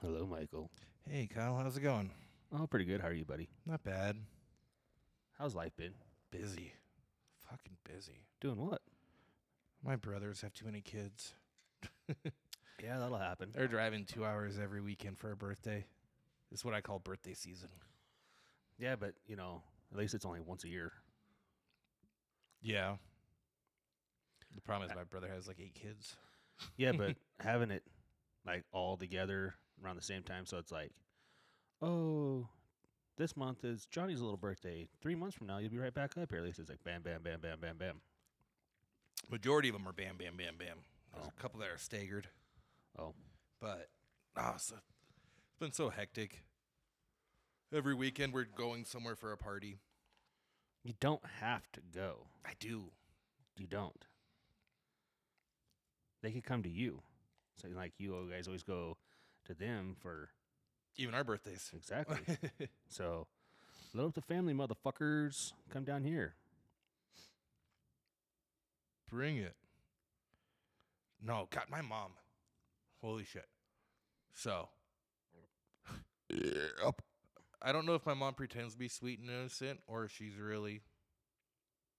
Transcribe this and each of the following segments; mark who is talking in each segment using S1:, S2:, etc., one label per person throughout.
S1: Hello, Michael.
S2: Hey, Kyle, how's it going?
S1: Oh, pretty good. How are you, buddy?
S2: Not bad.
S1: How's life been?
S2: Busy. Fucking busy.
S1: Doing what?
S2: My brothers have too many kids.
S1: Yeah, that'll happen.
S2: They're driving two hours every weekend for a birthday. It's what I call birthday season.
S1: Yeah, but you know, at least it's only once a year.
S2: Yeah. The problem is my brother has like eight kids.
S1: Yeah, but having it like all together around the same time, so it's like, oh, this month is Johnny's little birthday. Three months from now, you'll be right back up here. At least it's like bam, bam, bam, bam, bam, bam.
S2: Majority of them are bam, bam, bam, bam. There's a couple that are staggered,
S1: Oh,
S2: but oh, so, it's been so hectic. Every weekend we're going somewhere for a party.
S1: you don't have to go.
S2: I do.
S1: You don't. They could come to you. So like you guys always go to them for
S2: Even our birthdays.
S1: Exactly. so load up the family, motherfuckers. Come down here.
S2: Bring it. No, God, my mom. Holy shit. So, up. I don't know if my mom pretends to be sweet and innocent or if she's really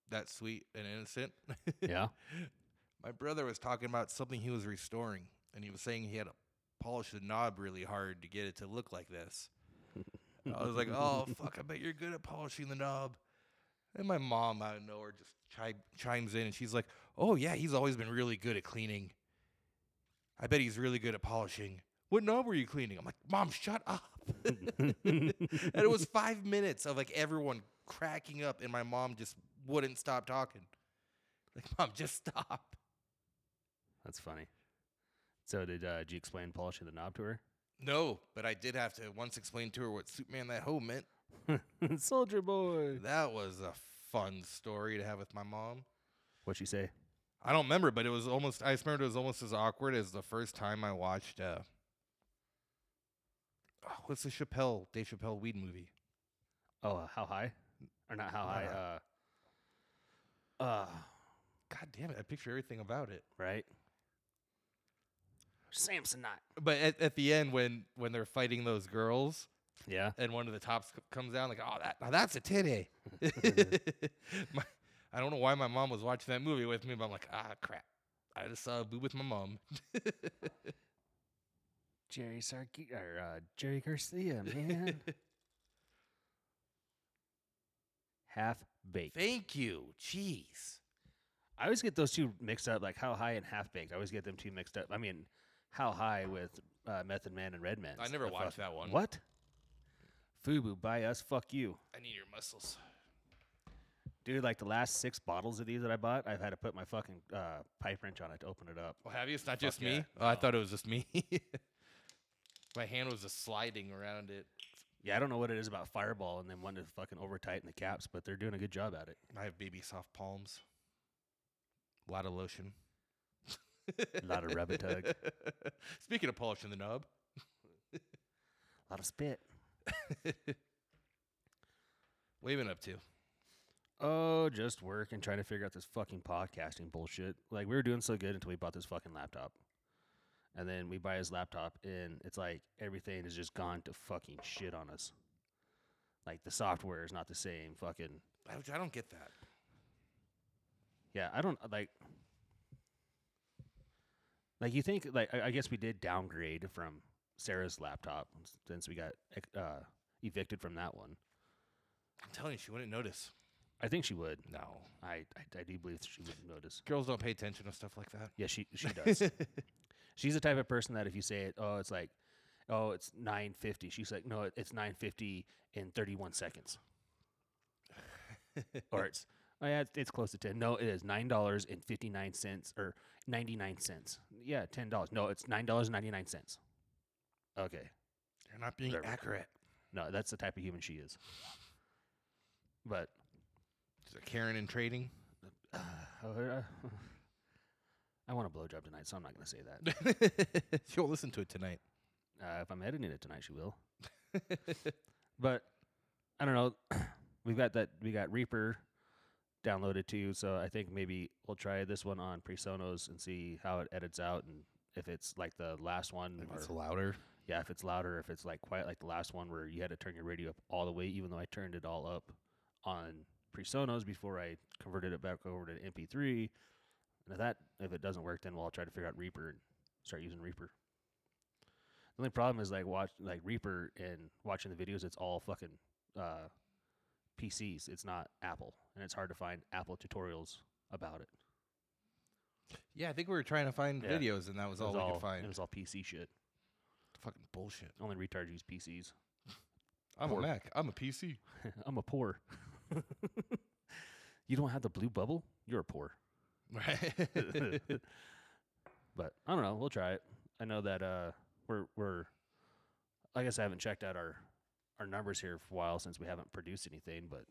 S2: that sweet and innocent.
S1: Yeah.
S2: my brother was talking about something he was restoring, and he was saying he had to polish the knob really hard to get it to look like this. And I was like, oh, fuck, I bet you're good at polishing the knob. And my mom out of nowhere just chi- chimes in and she's like, oh, yeah, he's always been really good at cleaning. I bet he's really good at polishing. What knob were you cleaning? I'm like, Mom, shut up. and it was five minutes of like everyone cracking up, and my mom just wouldn't stop talking. Like, Mom, just stop.
S1: That's funny. So did uh, did you explain polishing the knob to her?
S2: No, but I did have to once explain to her what Superman that hoe meant.
S1: Soldier boy.
S2: That was a fun story to have with my mom.
S1: What'd she say?
S2: I don't remember, but it was almost. I just remember it was almost as awkward as the first time I watched. Uh, oh, what's the Chappelle Dave Chappelle weed movie?
S1: Oh, uh, how high? Or not how high?
S2: Uh-huh.
S1: Uh,
S2: God damn it! I picture everything about it.
S1: right. Samsonite.
S2: But at, at the end, when when they're fighting those girls,
S1: Yeah.
S2: and one of the tops c- comes down, like, oh, that now that's a titty. my, I don't know why my mom was watching that movie with me, but I'm like, ah, crap. I just saw a boob with my mom.
S1: Jerry Sarki or uh, Jerry Garcia, man. Half baked.
S2: Thank you. Jeez.
S1: I always get those two mixed up, like how high and half baked. I always get them two mixed up. I mean, how high with uh, Method Man and Red Man.
S2: I never watched that one.
S1: What? Fubu, buy us, fuck you,
S2: I need your muscles.
S1: dude. Like the last six bottles of these that I bought, I've had to put my fucking uh, pipe wrench on it to open it up.
S2: Well, have you? It's not just me.
S1: yeah.
S2: Oh, I thought it was just me. my hand was just sliding around it.
S1: Yeah, I don't know what it is about Fireball and then wanting to fucking over tighten the caps, but they're doing a good job at it.
S2: I have baby soft palms. A lot of lotion.
S1: A lot of rub and tug, a
S2: Speaking of polishing the knob,
S1: lot of spit.
S2: what have you been up to?
S1: Oh, just work and trying to figure out this fucking podcasting bullshit. Like we were doing so good until we bought this fucking laptop. And then we buy his laptop and it's like everything has just gone to fucking shit on us. Like the software is not the same fucking
S2: I I don't get that.
S1: yeah, I don't like. Like you think like I I guess we did downgrade from Sarah's laptop since we got uh, evicted from that one.
S2: I'm telling you, she wouldn't notice.
S1: I think she would.
S2: No.
S1: I I, I do believe she would notice.
S2: Girls don't pay attention to stuff like that.
S1: Yeah, she she does. She's the type of person that if you say it, oh, it's like, oh, it's nine fifty. She's like, no, it's nine fifty in thirty one seconds. or it's oh yeah, it's, it's close to ten. No, it is nine dollars and fifty nine cents or ninety nine cents. Yeah, ten dollars. No, it's nine dollars and ninety nine cents. Okay,
S2: You're not being accurate.
S1: no, that's the type of human she is. But
S2: Is it Karen in trading?
S1: uh, I want a blowjob tonight, so I'm not going to say that.
S2: she won't listen to it tonight.
S1: Uh, if I'm editing it tonight, she will. but I don't know. We've got that. We got Reaper downloaded too, so I think maybe we'll try this one on Presonus and see how it edits out and if it's like the last one. Or,
S2: louder.
S1: Yeah, if it's louder, if it's like quiet, like the last one where you had to turn your radio up all the way, even though I turned it all up on Presonus before I converted it back over to MP3. And if that if it doesn't work, then we'll I'll try to figure out Reaper and start using Reaper. The only problem is like watch like Reaper and watching the videos. It's all fucking uh, PCs. It's not Apple, and it's hard to find Apple tutorials about it.
S2: Yeah, I think we were trying to find
S1: Yeah.
S2: videos, and that was
S1: It
S2: all
S1: was
S2: we
S1: all
S2: could find.
S1: It was all PC shit.
S2: fucking bullshit.
S1: Only retards use PCs.
S2: I'm
S1: Poor-
S2: a Mac. I'm a PC.
S1: I'm a poor. you don't have the blue bubble. You're a poor.
S2: Right.
S1: but I don't know. We'll try it. I know that uh, we're we're. I guess I haven't checked out our our numbers here for a while since we haven't produced anything. But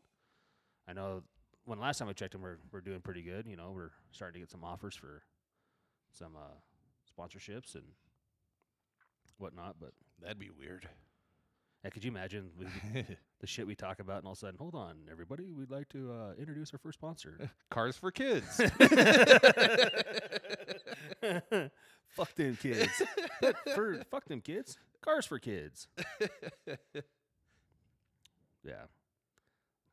S1: I know when last time I checked them, we're we're doing pretty good. You know, we're starting to get some offers for some uh, sponsorships and whatnot. But
S2: That'd be weird.
S1: yeah, could you imagine we, the shit we talk about and all of a sudden, hold on, everybody, we'd like to uh, introduce our first sponsor.
S2: Cars for kids.
S1: fuck them kids. for fuck them kids. Cars for kids. yeah.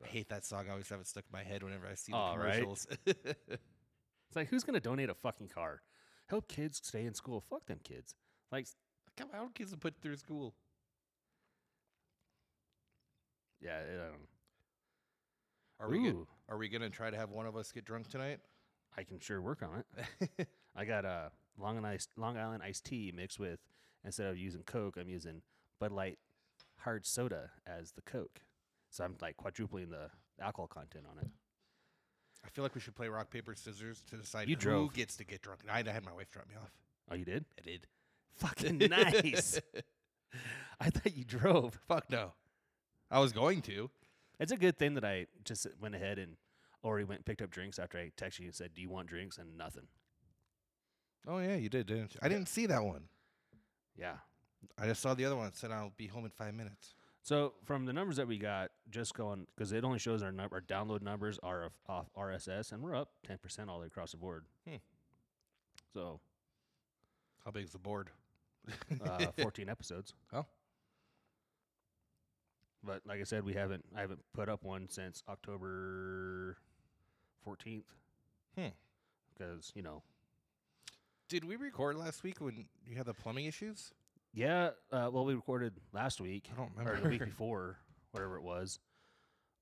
S2: I hate that song. I always have it stuck in my head whenever I see the
S1: Aw, right.
S2: commercials.
S1: It's like who's gonna donate a fucking car? Help kids stay in school. Fuck them kids. Like s-
S2: Come on, kids are put through school.
S1: yeah, I don't know.
S2: Are we? Good?
S1: Ooh.
S2: Are we gonna try to have one of us get drunk tonight?
S1: I can sure work on it. I got a Long Island iced, Long Island iced tea mixed with instead of using Coke, I'm using Bud Light hard soda as the Coke. So I'm like quadrupling the alcohol content on it.
S2: I feel like we should play rock paper scissors to decide
S1: You
S2: who
S1: drove.
S2: gets to get drunk. I, I had my wife drop me off.
S1: Oh, you did?
S2: I did.
S1: Fucking nice. I thought you drove.
S2: Fuck no. I was going to.
S1: It's a good thing that I just went ahead and already went and picked up drinks after I texted you and said, "Do you want drinks?" and nothing.
S2: Oh yeah, you did, didn't you? I didn't see that one.
S1: Yeah.
S2: I just saw the other one. It said I'll be home in five minutes.
S1: So from the numbers that we got, just going because it only shows our num- our download numbers are of, off RSS, and we're up ten percent all the way across the board.
S2: Hmm.
S1: So
S2: How big's the board?
S1: uh, fourteen episodes.
S2: Oh.
S1: But like I said, we haven't I haven't put up one since October fourteenth.
S2: Hmm.
S1: Because you know
S2: Did we record last week when you had the plumbing issues?
S1: Yeah, uh, well, we recorded last week
S2: I don't
S1: or the week
S2: remember.
S1: before, whatever it was,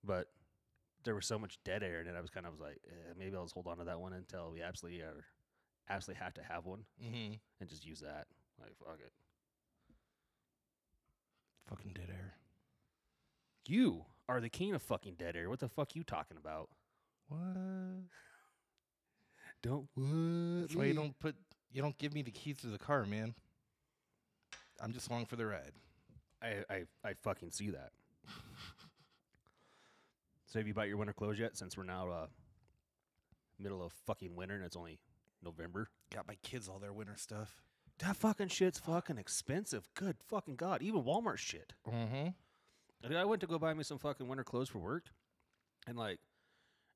S1: but there was so much dead air in it. I was kind of was like, eh, maybe I'll just hold on to that one until we absolutely are, absolutely have to have one
S2: mm-hmm.
S1: and just use that. Like, fuck it.
S2: Fucking dead air.
S1: You are the king of fucking dead air. What the fuck you talking about?
S2: What?
S1: Don't what?
S2: That's why you don't put. You don't give me the keys to the car, man. I'm just along for the ride.
S1: I, I I fucking see that. so have you bought your winter clothes yet? Since we're now uh, middle of fucking winter and it's only November.
S2: Got my kids all their winter stuff.
S1: That fucking shit's fucking expensive. Good fucking god. Even Walmart shit.
S2: Mm-hmm.
S1: Dude, I went to go buy me some fucking winter clothes for work, and like,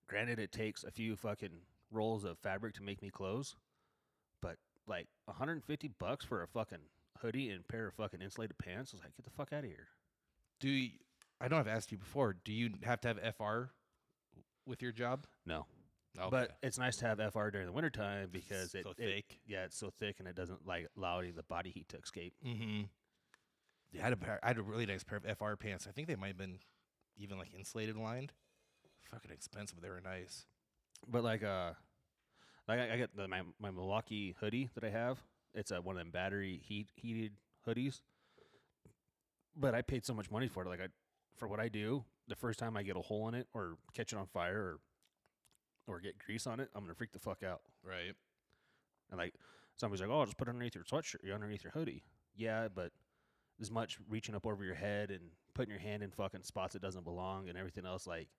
S1: granted, it takes a few fucking rolls of fabric to make me clothes, but like 150 bucks for a fucking hoodie and pair of fucking insulated pants. I was like, get the fuck out of here.
S2: Do you, I know I've asked you before. Do you have to have FR with your job?
S1: No,
S2: Okay.
S1: but it's nice to have FR during the wintertime because it,
S2: So
S1: it-
S2: thick.
S1: yeah, it's so thick and it doesn't like allow any of the body heat to escape.
S2: Mm-hmm. Yeah, I had, a pair, I had a really nice pair of FR pants. I think they might have been even like insulated lined. Fucking expensive, but they were nice.
S1: But like uh, like I, I got the, my my Milwaukee hoodie that I have. It's a one of them battery heat heated hoodies. But I paid so much money for it. Like I, for what I do, the first time I get a hole in it or catch it on fire or, or get grease on it, I'm gonna freak the fuck out.
S2: Right.
S1: And like somebody's like, oh, just put it underneath your sweatshirt, you're underneath your hoodie. Yeah, but as much reaching up over your head and putting your hand in fucking spots it doesn't belong and everything else, like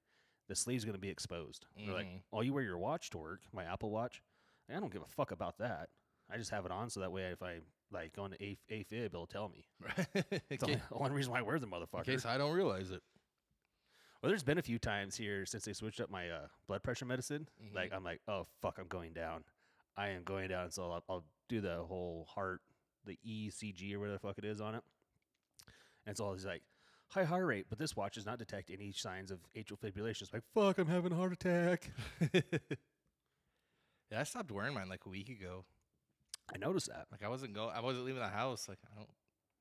S1: the sleeve's gonna be exposed. They're like,
S2: Mhm.
S1: oh, you wear your watch to work, my Apple Watch. I don't give a fuck about that. I just have it on so that way if I like go into A- AFib, it'll tell me.
S2: in,
S1: It's the
S2: case,
S1: only- only reason why I wear the motherfucker.
S2: I don't realize it.
S1: Well, there's been a few times here since they switched up my uh, blood pressure medicine. Like
S2: Mhm.
S1: I'm like, oh fuck, I'm going down. E I am going down. So I'll, I'll do the whole heart, the ECG or whatever the fuck it is on it. And it's all he's like, high heart rate, but this watch does not detect any signs of atrial fibrillation. It's like, fuck, I'm having a heart attack.
S2: yeah, I stopped wearing mine like a week ago.
S1: I noticed that.
S2: Like I wasn't go. I wasn't leaving the house. Like I don't.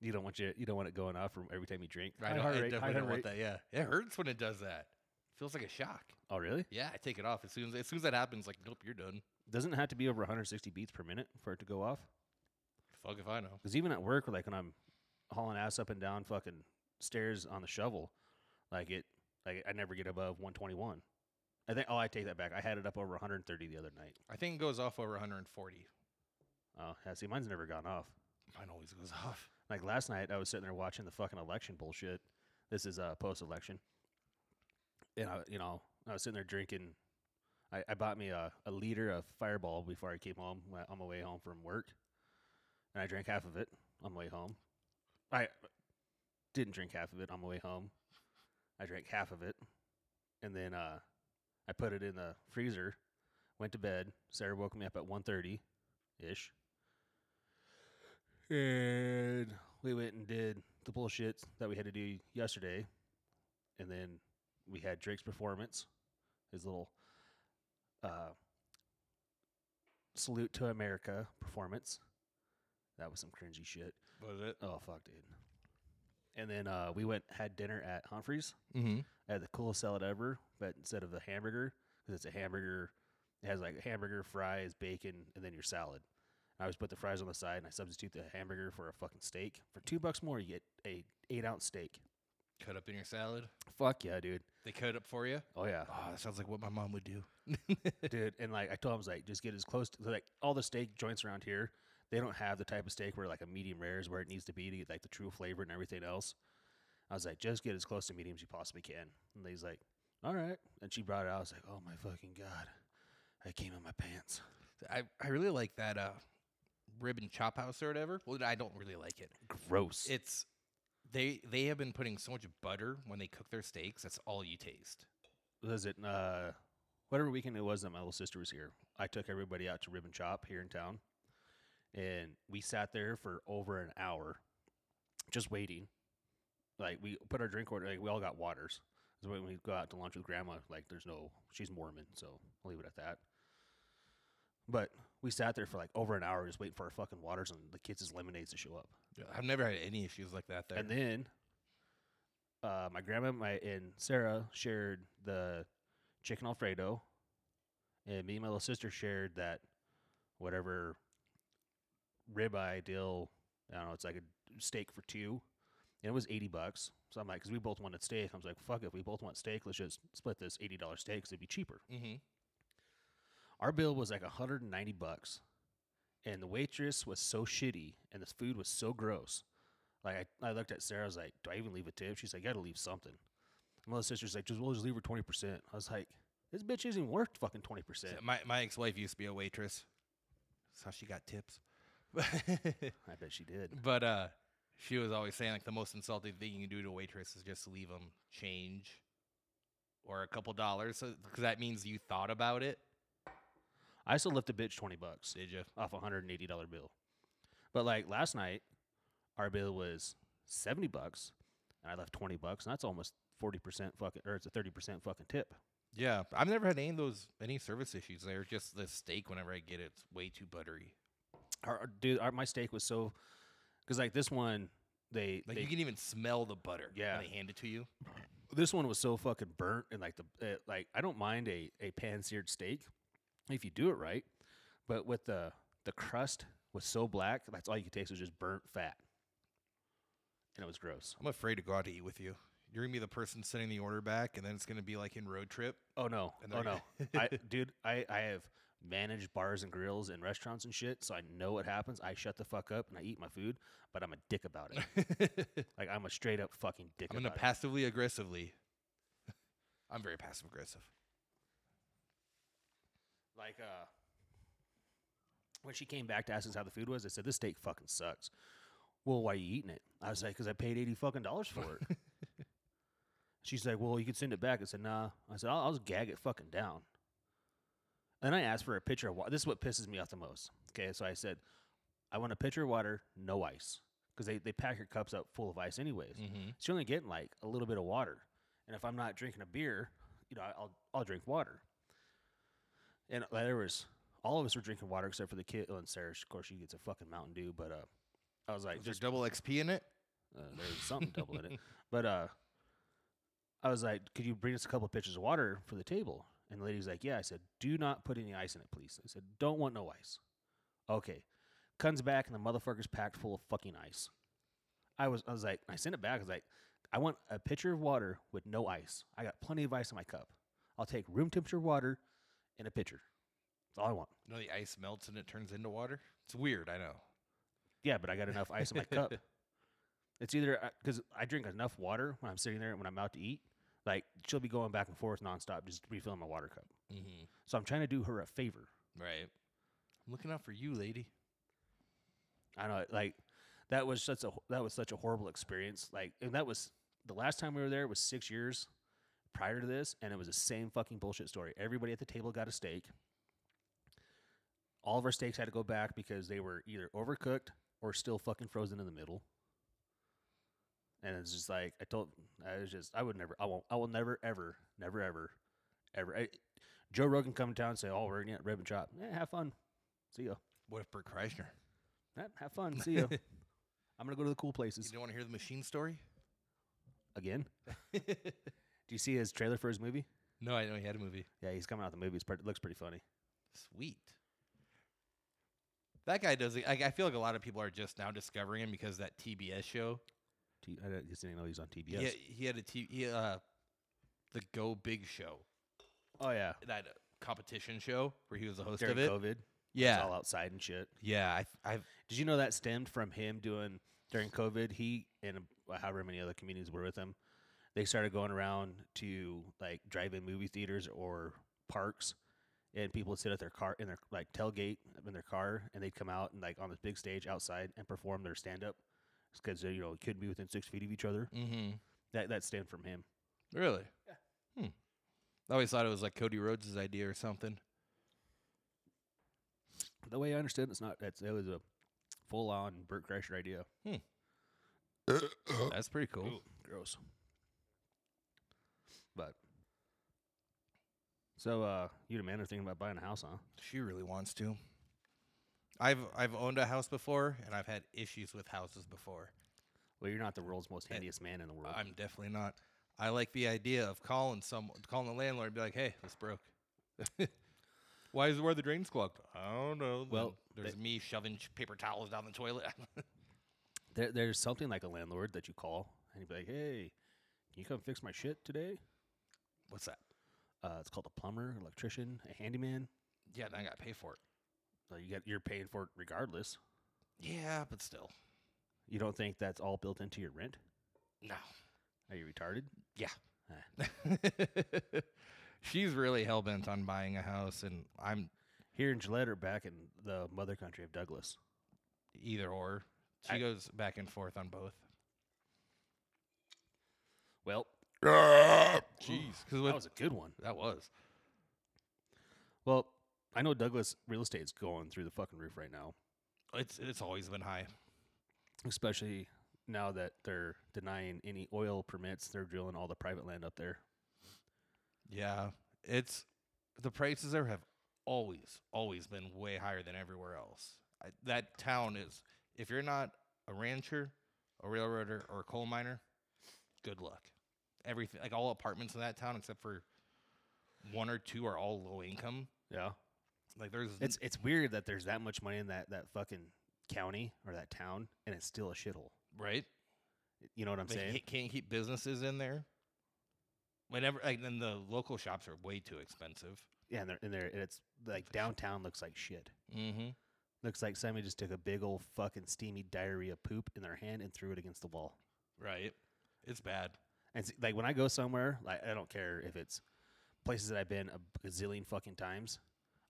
S1: You don't want you, you don't want it going off from every time you drink.
S2: I,
S1: High
S2: don't,
S1: heart
S2: I
S1: rate, high
S2: definitely
S1: heart
S2: don't want
S1: rate.
S2: that. Yeah, it hurts when it does that. Feels like a shock.
S1: Oh, really?
S2: Yeah, I take it off as soon as as soon as that happens. Like nope, you're done.
S1: Doesn't it have to be over 160 beats per minute for it to go off?
S2: Fuck if I know.
S1: Because even at work, like when I'm hauling ass up and down fucking stairs on the shovel, like it, like I never get above 121. I think. Oh, I take that back. I had it up over 130 the other night.
S2: I think it goes off over 140.
S1: Oh, yeah. See, mine's never gone off.
S2: Mine always goes off.
S1: Like last night, I was sitting there watching the fucking election bullshit. This is uh, post election, and I, you know, I was sitting there drinking. I, I bought me a, a liter of Fireball before I came home when- on my way home from work, and I drank half of it on my way home. I didn't drink half of it on my way home. I drank half of it, and then uh, I put it in the freezer. Went to bed. Sarah woke me up at 1.30 ish. And we went and did the bullshit that we had to do yesterday. And then we had Drake's performance, his little uh, salute to America performance. That was some cringy shit.
S2: Was it?
S1: Oh, fuck, dude. And then uh, we went had dinner at Humphreys.
S2: Mm-hmm.
S1: I had the coolest salad ever, but instead of the hamburger, because it's a hamburger, it has like hamburger, fries, bacon, and then your salad. I always put the fries on the side and I substitute the hamburger for a fucking steak. For two bucks more, you get a eight ounce steak.
S2: Cut up in your salad.
S1: Fuck yeah, dude.
S2: They cut up for you.
S1: Oh yeah,
S2: Oh, that sounds like what my mom would do.
S1: dude. And like I told him, I was like, just get as close to like all the steak joints around here. They don't have the type of steak where like a medium rare is where it needs to be to get like the true flavor and everything else. I was like, just get as close to medium as you possibly can. And he's like, all right. And she brought it out. I was like, oh my fucking god, I came in my pants.
S2: I, I really like that uh, ribbon chop house or whatever. Well, I don't really like it.
S1: Gross.
S2: It's they they have been putting so much butter when they cook their steaks. That's all you taste.
S1: was it uh whatever weekend it was that my little sister was here i took everybody out to ribbon chop here in town and we sat there for over an hour just waiting like we put our drink order like we all got waters so when we go out to lunch with grandma like there's no she's mormon so i'll leave it at that but we sat there for like over an hour just waiting for our fucking waters and the kids' lemonades to show up
S2: I've never had any issues like that there.
S1: and then uh, my grandma my, and Sarah shared the chicken Alfredo. And me and my little sister shared that whatever ribeye deal. I don't know. It's like a steak for two. And it was 80 bucks. So I'm like, because we both wanted steak. I was like, fuck it. We both want steak. Let's just split this $80 steak 'cause it'd be cheaper.
S2: mm-hmm.
S1: Our bill was like 190 bucks. And the waitress was so shitty and this food was so gross. Like I, I looked at Sarah, I was like, Do I even leave a tip? She's like, You gotta leave something. My little sister's like, just we'll just leave her twenty percent. I was like, This bitch isn't even worth fucking twenty percent.
S2: my my ex wife used to be a waitress. That's how she got tips.
S1: I bet she did.
S2: but uh, she was always saying like the most insulting thing you can do to a waitress is just leave them change or a couple dollars because that means you thought about it.
S1: I still left a bitch twenty bucks
S2: Did you?
S1: off a hundred and eighty dollar bill. But like last night, our bill was seventy bucks and I left twenty bucks, and that's almost forty percent fucking or it's a thirty percent fucking tip.
S2: Yeah, I've never had any of those any service issues. They're just the steak. Whenever I get it, it's way too buttery.
S1: Our, our- dude, our, my steak was so because like this one, they,
S2: Like
S1: they
S2: you can even smell the butter.
S1: Yeah.
S2: when they hand it to you.
S1: this one was so fucking burnt and like the uh, like I don't mind a a pan seared steak if you do it right, but with the the crust was so black that's all you could taste was just burnt fat, and it was gross.
S2: I'm afraid to go out to eat with you. You're gonna be the person sending the order back, and then it's gonna be like in road trip.
S1: Oh no!
S2: And
S1: Oh
S2: they're-
S1: no! I, dude, I I have managed bars and grills and restaurants and shit, so I know what happens. I shut the fuck up and I eat my food, but I'm a dick about it.
S2: I'm
S1: like I'm a straight up fucking dick.
S2: gonna
S1: about it.
S2: passively aggressively. I'm very passive aggressive.
S1: like uh when she came back to ask us how the food was, I said this steak fucking sucks. Well, why are you eating it? I was like, because I paid eighty fucking dollars for it. She's like, well, you can send it back. I said, nah. I said, I'll, I'll just gag it fucking down. And I asked for a pitcher of water. This is what pisses me off the most. Okay, so I said, I want a pitcher of water, no ice. because they, they pack your cups up full of ice anyways.
S2: Mm-hmm.
S1: So you're only getting like a little bit of water. And if I'm not drinking a beer, you know, I- I'll I'll drink water. And uh, there was all of us were drinking water except for the kid. Oh, and Sarah, of course, she gets a fucking Mountain Dew. But uh, I was like,
S2: Was there
S1: just
S2: double XP in it?
S1: uh, there's something double in it. But uh, I was like, could you bring us a couple of pitchers of water for the table? And the lady's like, yeah. I said, do not put any ice in it, please. I said, don't want no ice. Okay. Comes back and the motherfucker's packed full of fucking ice. I was, I was like, I sent it back. I was like, I want a pitcher of water with no ice. I got plenty of ice in my cup. I'll take room temperature water and a pitcher. That's all I want.
S2: You know, the ice melts and it turns into water. It's weird, I know.
S1: Yeah, but I got enough ice in my cup. It's either because I drink enough water when I'm sitting there and when I'm out to eat. Like she'll be going back and forth nonstop, just refilling my water cup.
S2: Mm-hmm.
S1: So I'm trying to do her a favor.
S2: Right. I'm looking out for you, lady.
S1: I know, like that was such a that was such a horrible experience. Like, and that was the last time we were there was six years prior to this, and it was the same fucking bullshit story. Everybody at the table got a steak. All of our steaks had to go back because they were either overcooked or still fucking frozen in the middle. And it's just like I told, I was just I would never, I won't, I will never, ever, never, ever, ever. I, Joe Rogan come to town and say, "Oh, we're gonna get rib and chop. Yeah, have fun. See ya."
S2: What if Bert Kreischer?
S1: Eh, have fun. See you. I'm gonna go to the cool
S2: You
S1: places
S2: don't want to hear the machine story?
S1: again. Do you see his trailer for his movie?
S2: no, I know he had a movie.
S1: Yeah, he's coming out with the movie. It's part, it looks pretty funny. Sweet.
S2: That guy does. I, I feel like a lot of people are just now discovering him because that TBS show.
S1: T- I don't- just didn't know he's on
S2: He
S1: TBS.
S2: had- He, had a T. He, uh, the Go Big Show,
S1: Oh yeah,
S2: that competition show where he was the host
S1: during
S2: of it.
S1: COVID, it's
S2: Yeah,
S1: all outside and shit.
S2: yeah. I, I've
S1: Did you know that stemmed from him doing during COVID? He and uh, however many other comedians were with him, they started going around to like drive-in movie theaters or parks, and people would sit at their car in their like tailgate in their car, and they'd come out and like on this big stage outside and perform their stand-up because you know couldn't be within six feet of each other.
S2: mm-hmm.
S1: That that stemmed from him.
S2: really. Yeah. Hmm. I always thought it was like Cody Rhodes' idea or something.
S1: The way I understood, it, it's not that's it was a full-on Burt Kreischer idea.
S2: That's pretty cool.
S1: Ooh, gross. But so uh you and Amanda are thinking about buying a house, huh?
S2: She really wants to. I've I've owned a house before, and I've had issues with houses before.
S1: Well, you're not the world's most
S2: Eh,
S1: handiest man in the world.
S2: I'm definitely not. I like the idea of calling some calling the landlord and be like, "Hey, this broke. Why is where the drains clogged? I don't know.
S1: Well,
S2: Then there's me shoving ch- paper towels down the toilet.
S1: there, there's something like a landlord that you call and you'd be like, "Hey, can you come fix my shit today?"
S2: What's that?
S1: Uh, it's called a plumber, electrician, a handyman.
S2: Yeah, and I got to pay for it.
S1: So you get you're paying for it regardless.
S2: Yeah, but still,
S1: You don't think that's all built into your rent?
S2: no.
S1: Are you retarded?
S2: She's really hell bent on buying a house, and I'm
S1: Here in Gillette or back in the mother country of Douglas?
S2: either or. She
S1: I-
S2: goes back and forth on both.
S1: Well,
S2: Jeez,
S1: that was a good one.
S2: that was
S1: Well, I know Douglas real estate's going through the fucking roof right now,
S2: it's it's always been high.
S1: especially now that they're denying any oil permits. They're drilling all the private land up there.
S2: Yeah, it's the prices there have always always been way higher than everywhere else. I, that town is if you're not a rancher, a railroader, or a coal miner, good luck. Everything like all apartments in that town except for one or two are all low income.
S1: Yeah,
S2: Like there's n-
S1: it's it's weird that there's that much money in that that fucking county or that town, and it's still a shithole.
S2: right.
S1: You know what I'm
S2: They
S1: saying?
S2: ca- can't keep businesses in there. Whenever like then the local shops are way too expensive.
S1: Yeah, and they're and they're and it's like downtown looks like shit.
S2: Mm-hmm.
S1: Looks like somebody just took a big old fucking steamy diarrhea poop in their hand and threw it against the wall.
S2: Right. It's bad.
S1: And s like when I go somewhere, like I don't care if it's places that I've been a gazillion fucking times,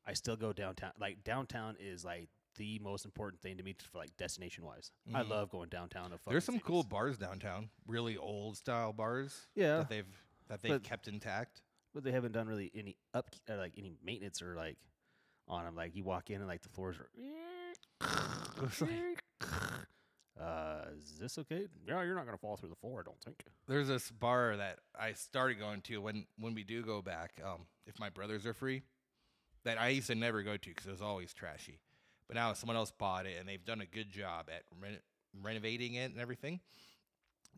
S1: I still go downtown. Like downtown is like the most important thing to me t- for like destination wise. I
S2: Mhm.
S1: love going downtown. To fucking
S2: There's some
S1: cities.
S2: cool bars downtown, really old style bars
S1: yeah,
S2: that they've that they've
S1: But-
S2: kept intact.
S1: but they haven't done really any up uh, like any maintenance or like on them. Like you walk in and like the floors are.
S2: It's like,
S1: uh, is this okay? Yeah, you're not gonna fall through the floor, I don't think.
S2: There's this bar that I started going to when when we do go back, um, if my brothers are free, that I used to never go to because it was always trashy. But now someone else bought it and they've done a good job at reno- renovating it and everything.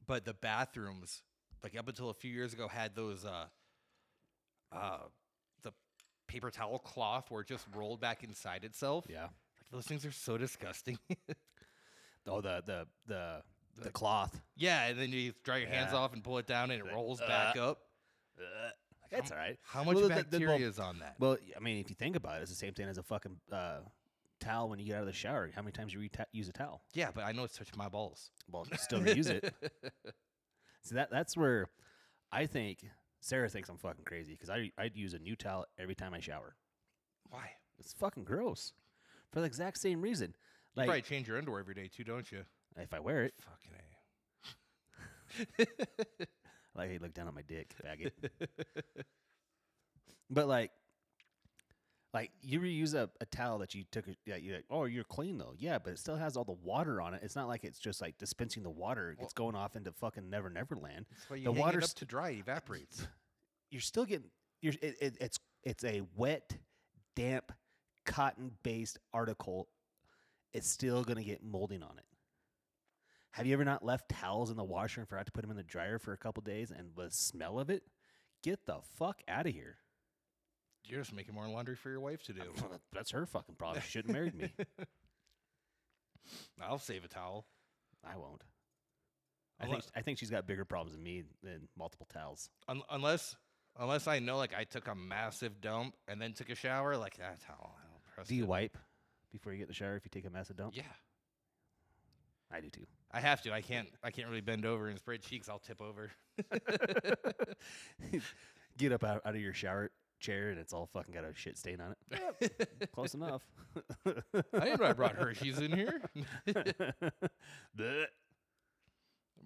S2: But the bathrooms, like up until a few years ago, had those uh, uh, the paper towel cloth where it just rolled back inside itself.
S1: Yeah.
S2: Like, those things are so disgusting.
S1: Oh, the the the the, cloth.
S2: yeah, and then you dry your hands
S1: Yeah.
S2: off and pull it down, and it rolls back up.
S1: That's all right.
S2: How much
S1: Well, the- the-
S2: bacteria
S1: well,
S2: is on that?
S1: Well, I mean, if you think about it, it's the same thing as a fucking uh, towel when you get out of the shower. How many times you reta- use a towel?
S2: yeah, but I know it's touching my balls.
S1: Well, you still reuse it. So that that's where I think Sarah thinks I'm fucking crazy because I I'd use a new towel every time I shower.
S2: Why?
S1: It's fucking gross for the exact same reason. Like
S2: Probably change your underwear every day too, don't you?
S1: if I wear it,
S2: Fucking a.
S1: like hey, look down at my dick, faggot. but like, like you reuse a, a towel that you took. a- Yeah, you're like, oh, you're clean though. Yeah, but it still has all the water on it. It's not like it's just like dispensing the water. It's going off into fucking Never Never Land.
S2: That's why you
S1: The
S2: hang it
S1: water's-
S2: up to dry it evaporates.
S1: You're still getting. You're it, it, it's it's a wet, damp, cotton based article. It's still gonna get molding on it. Have you ever not left towels in the washer and forgot to put them in the dryer for a couple days and the smell of it? Get the fuck out of here.
S2: You're just making more laundry for your wife to do.
S1: That's her fucking problem. She shouldn't have married me.
S2: I'll save a towel.
S1: I won't. I
S2: Unle-
S1: think, I think she's got bigger problems than me than multiple towels.
S2: Un- unless unless I know like I took a massive dump and then took a shower, like that towel. I don't trust
S1: Do you
S2: it.
S1: wipe before you get in the shower if you take a massive dump?
S2: Yeah.
S1: I do too.
S2: I have to. I can't I can't really bend over and spread cheeks, I'll tip over.
S1: Get up out, out of your shower chair and it's all fucking got a shit stain on it. Close enough.
S2: I didn't know I brought Hershey's in here.
S1: Bleh.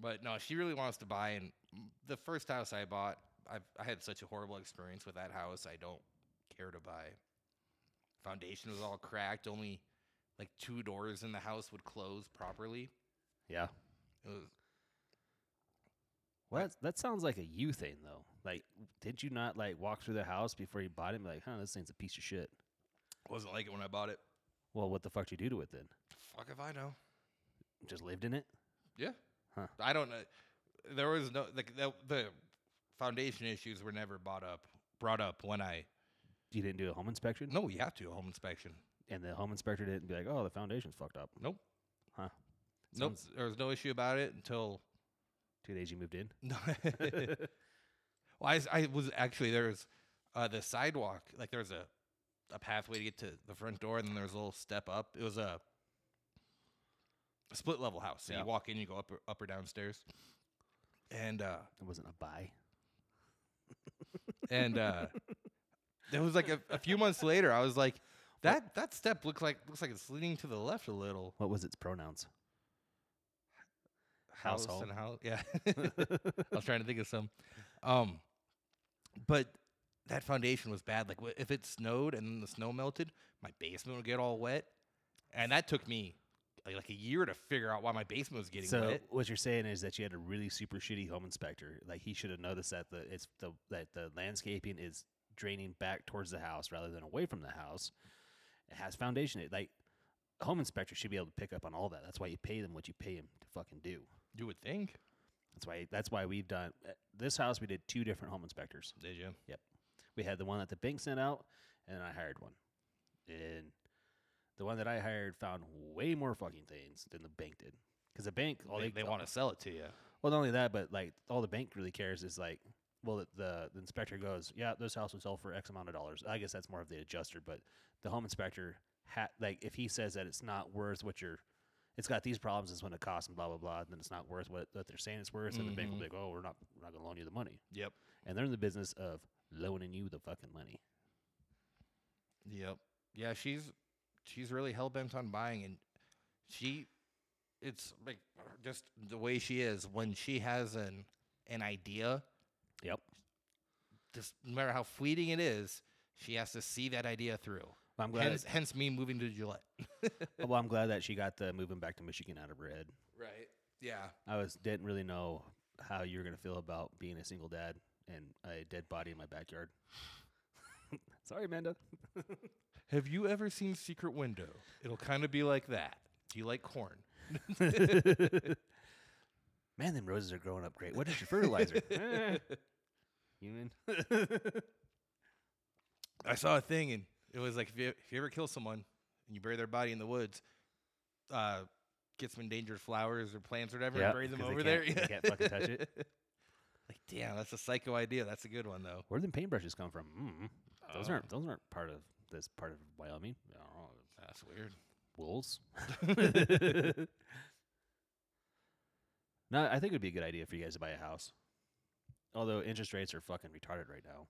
S2: But no, she really wants to buy. And m- the first house I bought, I I had such a horrible experience with that house. I don't care to buy. Foundation was all cracked. Only like two doors in the house would close properly.
S1: yeah.
S2: It was,
S1: Well, that's, that sounds like a you thing though. Like, did you not like walk through the house before you bought it? And be like, huh, this thing's a piece of shit.
S2: wasn't like it when I bought it.
S1: Well, what the fuck did you do to it then?
S2: Fuck if I know.
S1: Just lived in it.
S2: Yeah.
S1: Huh.
S2: I don't know. There was no like the, the foundation issues were never brought up brought up when I.
S1: You didn't do a home inspection.
S2: No, you have to home inspection.
S1: and the home inspector didn't be like, "Oh, the foundation's fucked up."
S2: Nope.
S1: Huh.
S2: Nope. There was no issue about it until
S1: Two days you moved in.
S2: No. well, I, s- I was actually there was uh, the sidewalk. Like there was a a pathway to get to the front door, and then there was a little step up. It was a, a split level house. So
S1: Yeah.
S2: you walk in, you go up or, up or downstairs, and uh,
S1: It wasn't a buy.
S2: and uh, there was like a, a few months later, I was like. That that step looks like looks like it's leaning to the left a little.
S1: What was its pronouns?
S2: house
S1: Household.
S2: and house. Yeah, I was trying to think of some. Um, but that foundation was bad. Like wh- if it snowed and then the snow melted, my basement would get all wet, and that took me like, like a year to figure out why my basement was getting
S1: So
S2: wet.
S1: what you're saying is that you had a really super shitty home inspector. Like he should have noticed that the it's the that the landscaping is draining back towards the house rather than away from the house. It has foundation. It like a home inspector should be able to pick up on all that. That's why you pay them what you pay them to fucking do.
S2: You would think,
S1: That's why that's why we've done at this house. We did two different home inspectors.
S2: did you?
S1: We had the one that the bank sent out, and I hired one. And the one that I hired found way more fucking things than the bank did. Because the bank, all
S2: they,
S1: they,
S2: they want to sell it to you.
S1: Well, not only that, but like all the bank really cares is like, well, the, the, the inspector goes, yeah, this house would sell for X amount of dollars. I guess that's more of the adjuster, but the home inspector, ha- like, if he says that it's not worth what you're, it's got these problems, it's going to cost, and blah blah blah, and then it's not worth what, what they're saying it's worth, and the bank will be like, oh, we're not, we're not going to loan you the money,
S2: Yep,
S1: and they're in the business of loaning you the fucking money.
S2: yep, yeah. She's she's really hell bent on buying, and she it's like just the way she is when she has an an idea.
S1: Yep.
S2: just no matter how fleeting it is, she has to see that idea through.
S1: I'm glad.
S2: Hence, hence me moving to Gillette.
S1: well, I'm glad that she got the moving back to Michigan out of her head.
S2: Right. Yeah.
S1: I was didn't really know how you were gonna feel about being a single dad and a dead body in my backyard. Sorry, Amanda.
S2: Have you ever seen Secret Window? It'll kind of be like that. Do you like corn?
S1: Man, them roses are growing up great. What is your fertilizer? Eh, Human.
S2: I saw a thing, and it was like if you, if you ever kill someone and you bury their body in the woods, uh, get some endangered flowers or plants or whatever,
S1: Yeah,
S2: and bury them
S1: because they
S2: over there.
S1: can't- they
S2: Yeah.
S1: can't fucking touch it.
S2: Like, damn, that's a psycho idea. That's a good one though.
S1: Where did the paintbrushes come from? Mm. Those
S2: Oh.
S1: aren't those aren't part of this part of Wyoming. I don't know.
S2: That's weird.
S1: wolves. no, I think it would be a good idea for you guys to buy a house. Although interest rates are fucking retarded right now.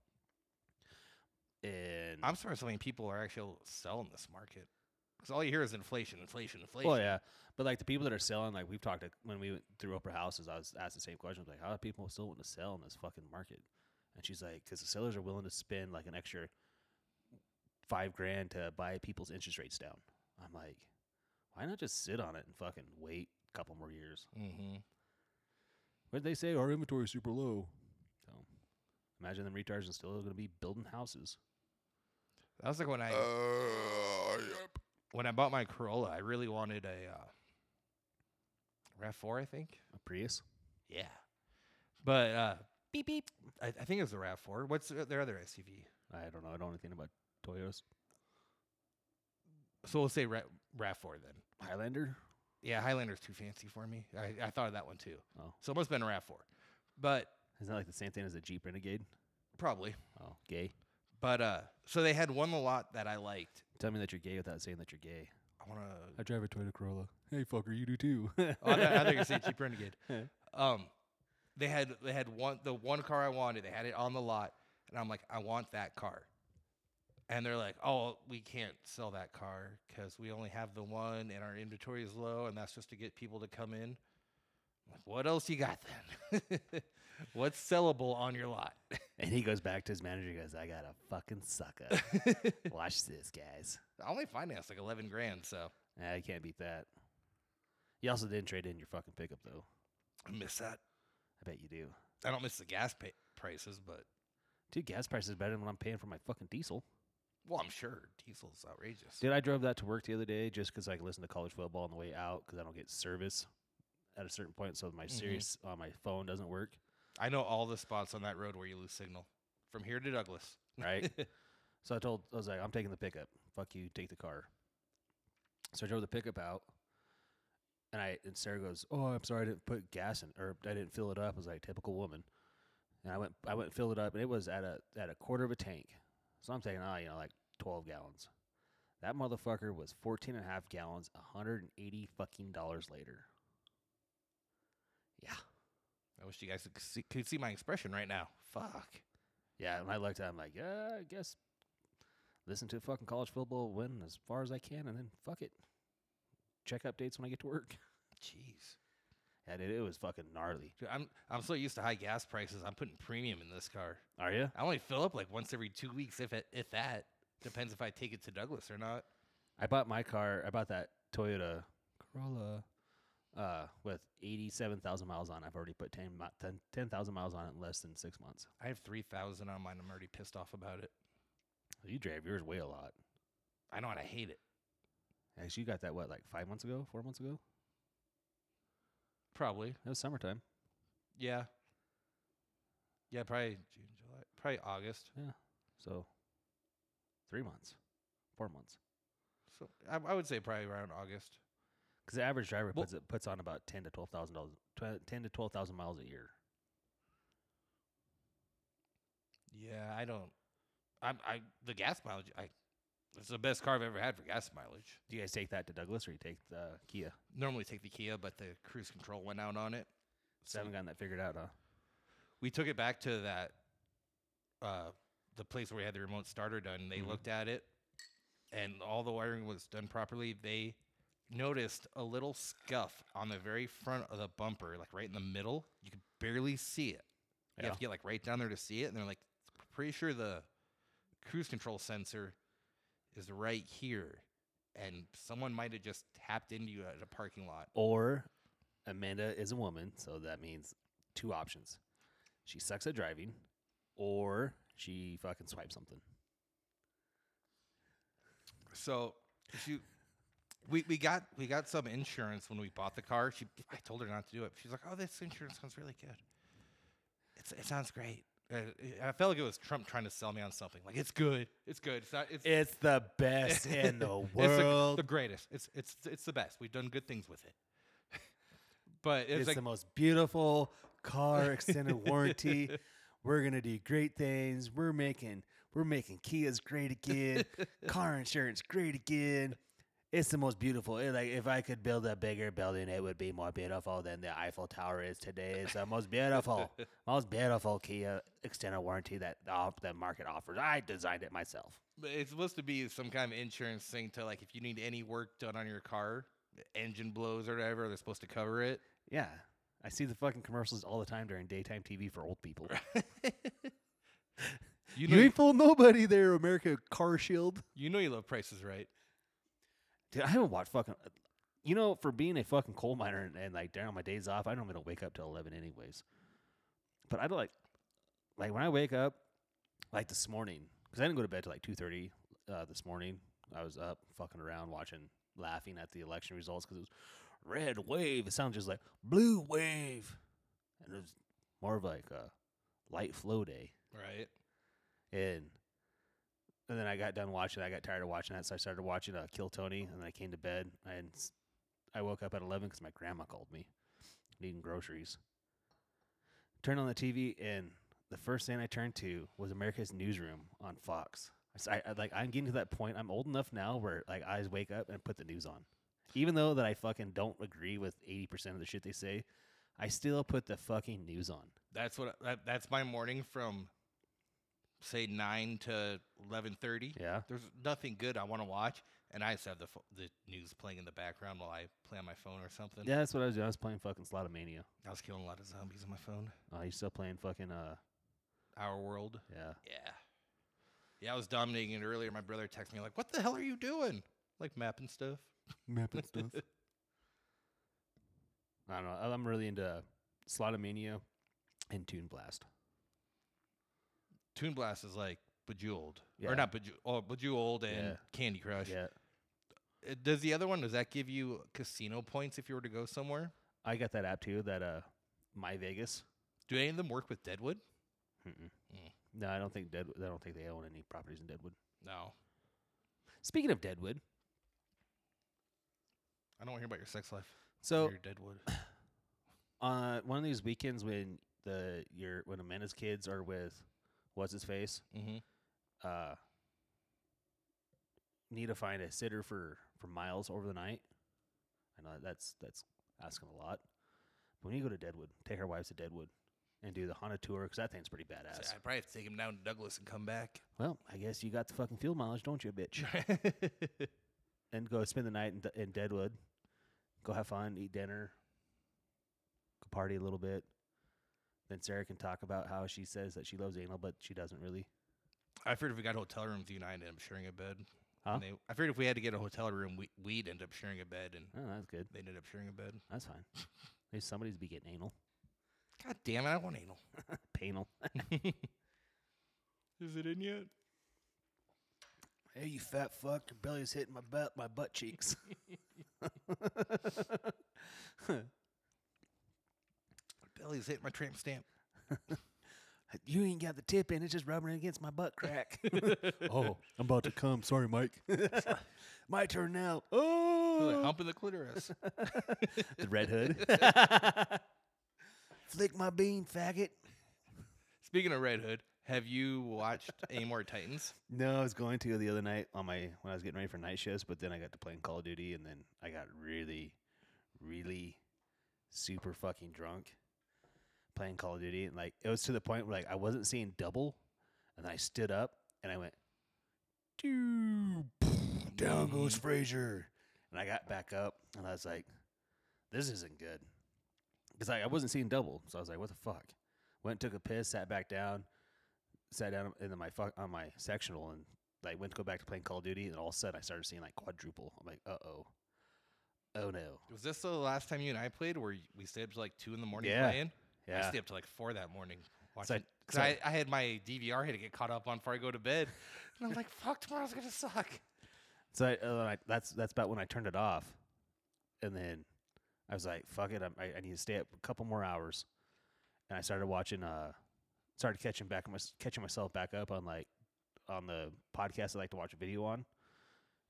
S1: And
S2: I'm surprised how many people are actually able to sell in this market because all you hear is inflation, inflation, inflation.
S1: well, yeah, but like the people that are selling, like we've talked to, when we went through Oprah houses, I was asked the same question, like, how do people still want to sell in this fucking market? And she's like, because the sellers are willing to spend like an extra five grand to buy people's interest rates down. I'm like, why not just sit on it and fucking wait a couple more years?
S2: Mm-hmm.
S1: What did they say? Our inventory is super low. So imagine them retards are still going to be building houses.
S2: That was like when I
S1: Uh.
S2: uh, when I bought my Corolla, I really wanted a uh, Rav4, I think.
S1: A Prius?
S2: Yeah. But uh, beep beep. I, I think it was the Rav4. What's uh, their their other SUV?
S1: I don't know. I don't know anything about Toyotas.
S2: So we'll say Ra- Rav4 then.
S1: Highlander?
S2: Yeah, Highlander's too fancy for me. I, I thought of that one too.
S1: Oh.
S2: So it must have been a Rav4. But
S1: Isn't that like the same thing as a Jeep Renegade?
S2: probably.
S1: Oh, gay.
S2: But uh, so they had one lot that I liked.
S1: Tell me that you're gay without saying that you're gay.
S2: I want to
S1: I drive a Toyota Corolla. Hey, fucker, you do too.
S2: Oh, I, thought, I thought you were saying Jeep Renegade.
S1: Yeah.
S2: Um, they had they had one the one car I wanted. They had it on the lot, and I'm like, I want that car. And they're like, Oh, we can't sell that car because we only have the one, and our inventory is low, and that's just to get people to come in. I'm like, what else you got then? What's sellable on your lot?
S1: and he goes back to his manager and goes, I got a fucking sucker. Watch this, guys.
S2: I only financed like eleven grand, so
S1: Nah, you can't beat that. You also didn't trade in your fucking pickup, though.
S2: I miss that.
S1: I bet you do.
S2: I don't miss the gas pa- prices, but
S1: Dude, gas prices is better than what I'm paying for my fucking diesel.
S2: well, I'm sure diesel's outrageous.
S1: Dude, I drove that to work the other day just 'cause I could listen to college football on the way out 'cause I don't get service at a certain point, so my
S2: Mhm.
S1: serious on my phone doesn't work,
S2: I know all the spots on that road where you lose signal from here to Douglas.
S1: right? so I told I was like, I'm taking the pickup. Fuck you, take the car. So I drove the pickup out, and I and Sarah goes, "Oh, I'm sorry, I didn't put gas in, or I didn't fill it up." I was like, typical woman. And I went, I went and filled it up, and it was at a at a quarter of a tank. So I'm thinking, oh, you know, like 12 gallons. That motherfucker was 14 and a half gallons, 180 fucking dollars later. Yeah,
S2: I wish you guys could see, could see my expression right now. Fuck.
S1: yeah. When I looked at, it, I'm like, yeah, I guess listen to fucking college football, win as far as I can, and then fuck it. Check updates when I get to work.
S2: Jeez.
S1: Yeah, dude, it was fucking gnarly.
S2: Dude, I'm I'm so used to high gas prices. I'm putting premium in this car.
S1: Are you?
S2: I only fill up like once every two weeks, if it, if that. Depends if I take it to Douglas or not.
S1: I bought my car. I bought that Toyota Corolla uh, with eighty-seven thousand miles on. it. I've already put 10 mi- 10 10,000 miles on it in less than six months.
S2: I have three thousand on mine. I'm already pissed off about it.
S1: You drive yours way a lot.
S2: I know and I hate it.
S1: Actually, you got that what like five months ago, four months ago?
S2: Probably.
S1: That was summertime.
S2: Yeah. Yeah, probably June, July, probably August.
S1: So three months, four months.
S2: So I, I would say probably around August.
S1: Because the average driver
S2: Well-
S1: puts it puts on about ten to twelve thousand dollars, tw- ten to twelve thousand miles a year.
S2: Yeah, I don't. I'm I the gas mileage. I it's the best car I've ever had for gas mileage.
S1: Do you guys take that to Douglas or you take the Kia?
S2: Normally take the Kia, but the cruise control went out on it.
S1: So I haven't gotten that figured out, huh?
S2: We took it back to that uh the place where we had the remote starter done. They
S1: Mhm.
S2: looked at it, and all the wiring was done properly. They noticed a little scuff on the very front of the bumper, like right in the middle. You could barely see it. You
S1: Yeah.
S2: have to get like right down there to see it, and they're like, pretty sure the cruise control sensor is right here, and someone might have just tapped into you at a parking lot.
S1: Or Amanda is a woman, so that means two options. She sucks at driving or she fucking swipes something.
S2: So she, we, we got we got some insurance when we bought the car. She I told her not to do it. She's like, oh, this insurance sounds really good. It's, it sounds great. Uh, I felt like it was Trump trying to sell me on something. Like it's good. It's good. It's not. It's,
S1: It's the best in the
S2: It's the,
S1: world.
S2: the greatest. It's it's it's the best. We've done good things with it. but it's,
S1: It's,
S2: like
S1: the most beautiful car extended warranty. We're gonna do great things. We're making we're making Kia's great again. car insurance great again. It's the most beautiful. It, like if I could build a bigger building, it would be more beautiful than the Eiffel Tower is today. It's the most beautiful, most beautiful Kia extended warranty that the, op- the market offers. I designed it myself.
S2: But it's supposed to be some kind of insurance thing to like if you need any work done on your car, engine blows or whatever, they're supposed to cover it.
S1: Yeah, I see the fucking commercials all the time during daytime TV for old people.
S2: You know
S1: You e-,
S2: you,
S1: ain't fool nobody there, America Car Shield.
S2: you know you love prices, right?
S1: Dude, I haven't watched fucking. You know, for being a fucking coal miner and, and like during my days off, I don't even wake up till eleven anyways. But I don't like, like when I wake up, like this morning, because I didn't go to bed till like two thirty uh, this morning. I was up fucking around watching, laughing at the election results because it was red wave. It sounds just like blue wave, and it was more of like a light flow day
S2: Right.
S1: and and then I got done watching. I got tired of watching that, so I started watching uh, Kill Tony, and then I came to bed and s- I woke up at eleven because my grandma called me needing groceries. Turned on the TV, and the first thing I turned to was America's Newsroom on Fox. I s- I, I- like I'm getting to that point. I'm old enough now where like I just wake up and put the news on, even though that I fucking don't agree with eighty percent of the shit they say. I still put the fucking news on.
S2: That's what that, that's my morning from say 9 to 11:30.
S1: Yeah.
S2: There's nothing good I want to watch and I just have the pho- the news playing in the background while I play on my phone or something.
S1: Yeah, that's what I was doing. I was playing fucking Slotomania.
S2: I was killing a lot of zombies on my phone.
S1: Oh, you still playing fucking uh
S2: Our world.
S1: yeah.
S2: Yeah. Yeah, I was dominating it earlier. My brother texted me like, "What the hell are you doing?" Like mapping stuff.
S1: Mapping stuff. I don't know. I- I'm really into Slotomania and Tune Blast.
S2: Toon Blast is like Bejeweled,
S1: Yeah.
S2: or not Bejeweled, oh, Bejeweled and
S1: Yeah.
S2: Candy Crush.
S1: Yeah.
S2: Uh, Does the other one? Does that give you casino points if you were to go somewhere?
S1: I got that app too, that uh My Vegas.
S2: Do any of them work with Deadwood?
S1: Mm-mm.
S2: Mm.
S1: No, I don't think Deadwood I don't think they own any properties in Deadwood.
S2: No,
S1: Speaking of Deadwood,
S2: I don't want to hear about your sex life.
S1: so
S2: Your Deadwood.
S1: uh one of these weekends when the your when Amanda's kids are with what's his face?
S2: hmm
S1: uh, need to find a sitter for for Miles over the night. I know that's that's asking a lot. But we need to go to Deadwood, take our wives to Deadwood, and do the haunted tour because that thing's pretty badass.
S2: I'd probably have to take him down to Douglas and come back.
S1: Well, I guess you got the fucking field mileage, don't you, bitch? and go spend the night in, De- in Deadwood. Go have fun, eat dinner, go party a little bit. Then Sarah can talk about how she says that she loves anal, but she doesn't really.
S2: I figured if we got hotel rooms, you and I ended up sharing a bed.
S1: Huh?
S2: And they, I figured if we had to get a hotel room, we, we'd end up sharing a bed, and
S1: Oh, that's good.
S2: they ended up sharing a bed.
S1: That's fine. Maybe somebody's be getting anal.
S2: God damn it! I want anal.
S1: Penal.
S2: Is it in yet?
S1: Hey, you fat fuck! Your belly's hitting my butt, my butt cheeks.
S2: My belly's hitting my tramp stamp.
S1: you ain't got the tip in; it's just rubbing against my butt crack. oh, I'm about to come. Sorry, Mike. my turn now.
S2: Like
S1: Oh,
S2: humping the clitoris.
S1: the Red Hood. Flick my bean, faggot.
S2: Speaking of Red Hood, have you watched any more Titans?
S1: No, I was going to the other night on my when I was getting ready for night shifts, but then I got to playing Call of Duty, and then I got really, really, super fucking drunk playing Call of Duty, and like it was to the point where like I wasn't seeing double, and then I stood up and I went, "Doo, down goes Frazier, and I got back up and I was like, this isn't good, because I, I wasn't seeing double, so I was like, what the fuck? Went took a piss, sat back down, sat down in the- my fuck on my sectional and like went to go back to playing Call of Duty, and all of a sudden I started seeing like quadruple. I'm like, uh oh, Oh no.
S2: Was this the last time you and I played where y- we stayed up till like two in the morning
S1: Yeah.
S2: playing? I
S1: Yeah.
S2: stayed up till like four that morning
S1: I-
S2: watching. Because
S1: so-
S2: I, I had my DVR had to get caught up on before I go to bed. And I'm like, fuck, tomorrow's going to suck.
S1: So I, uh, I- that's that's about when I turned it off, and then I was like, "Fuck it, I'm, I, I need to stay up a couple more hours," and I started watching. Uh, started catching back my, catching myself back up on like on the podcast I like to watch a video on.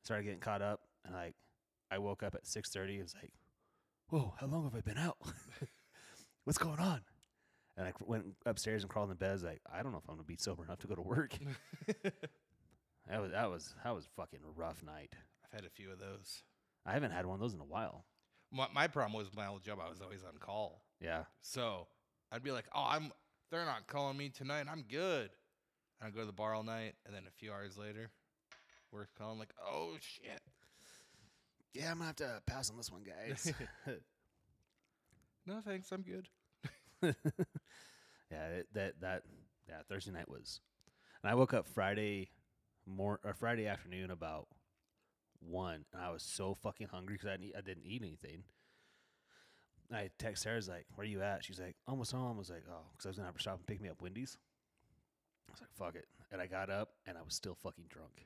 S1: Started getting caught up, and like I woke up at six thirty. and was like, "Whoa, how long have I been out? What's going on?" And I cr- went upstairs and crawled in bed. I was like, "I don't know if I'm gonna be sober enough to go to work." that was that was that was a fucking rough night.
S2: I've had a few of those.
S1: I haven't had one of those in a while.
S2: My, my problem was my old job. I was always on call.
S1: Yeah.
S2: So I'd be like, oh, I'm they're not calling me tonight. I'm good. And I go to the bar all night. And then a few hours later, work calling like, oh, shit.
S1: Yeah, I'm gonna have to pass on this one, guys.
S2: No, thanks. I'm good.
S1: yeah, it, that that yeah Thursday night was, and I woke up Friday more or Friday afternoon about one, and I was so fucking hungry because I didn't eat, I didn't eat anything. And I text Sarah, I was like, "Where you at?" She's like, "Almost home." I was like, "Oh," because I was gonna have to stop and pick me up Wendy's. I was like, "Fuck it," and I got up and I was still fucking drunk.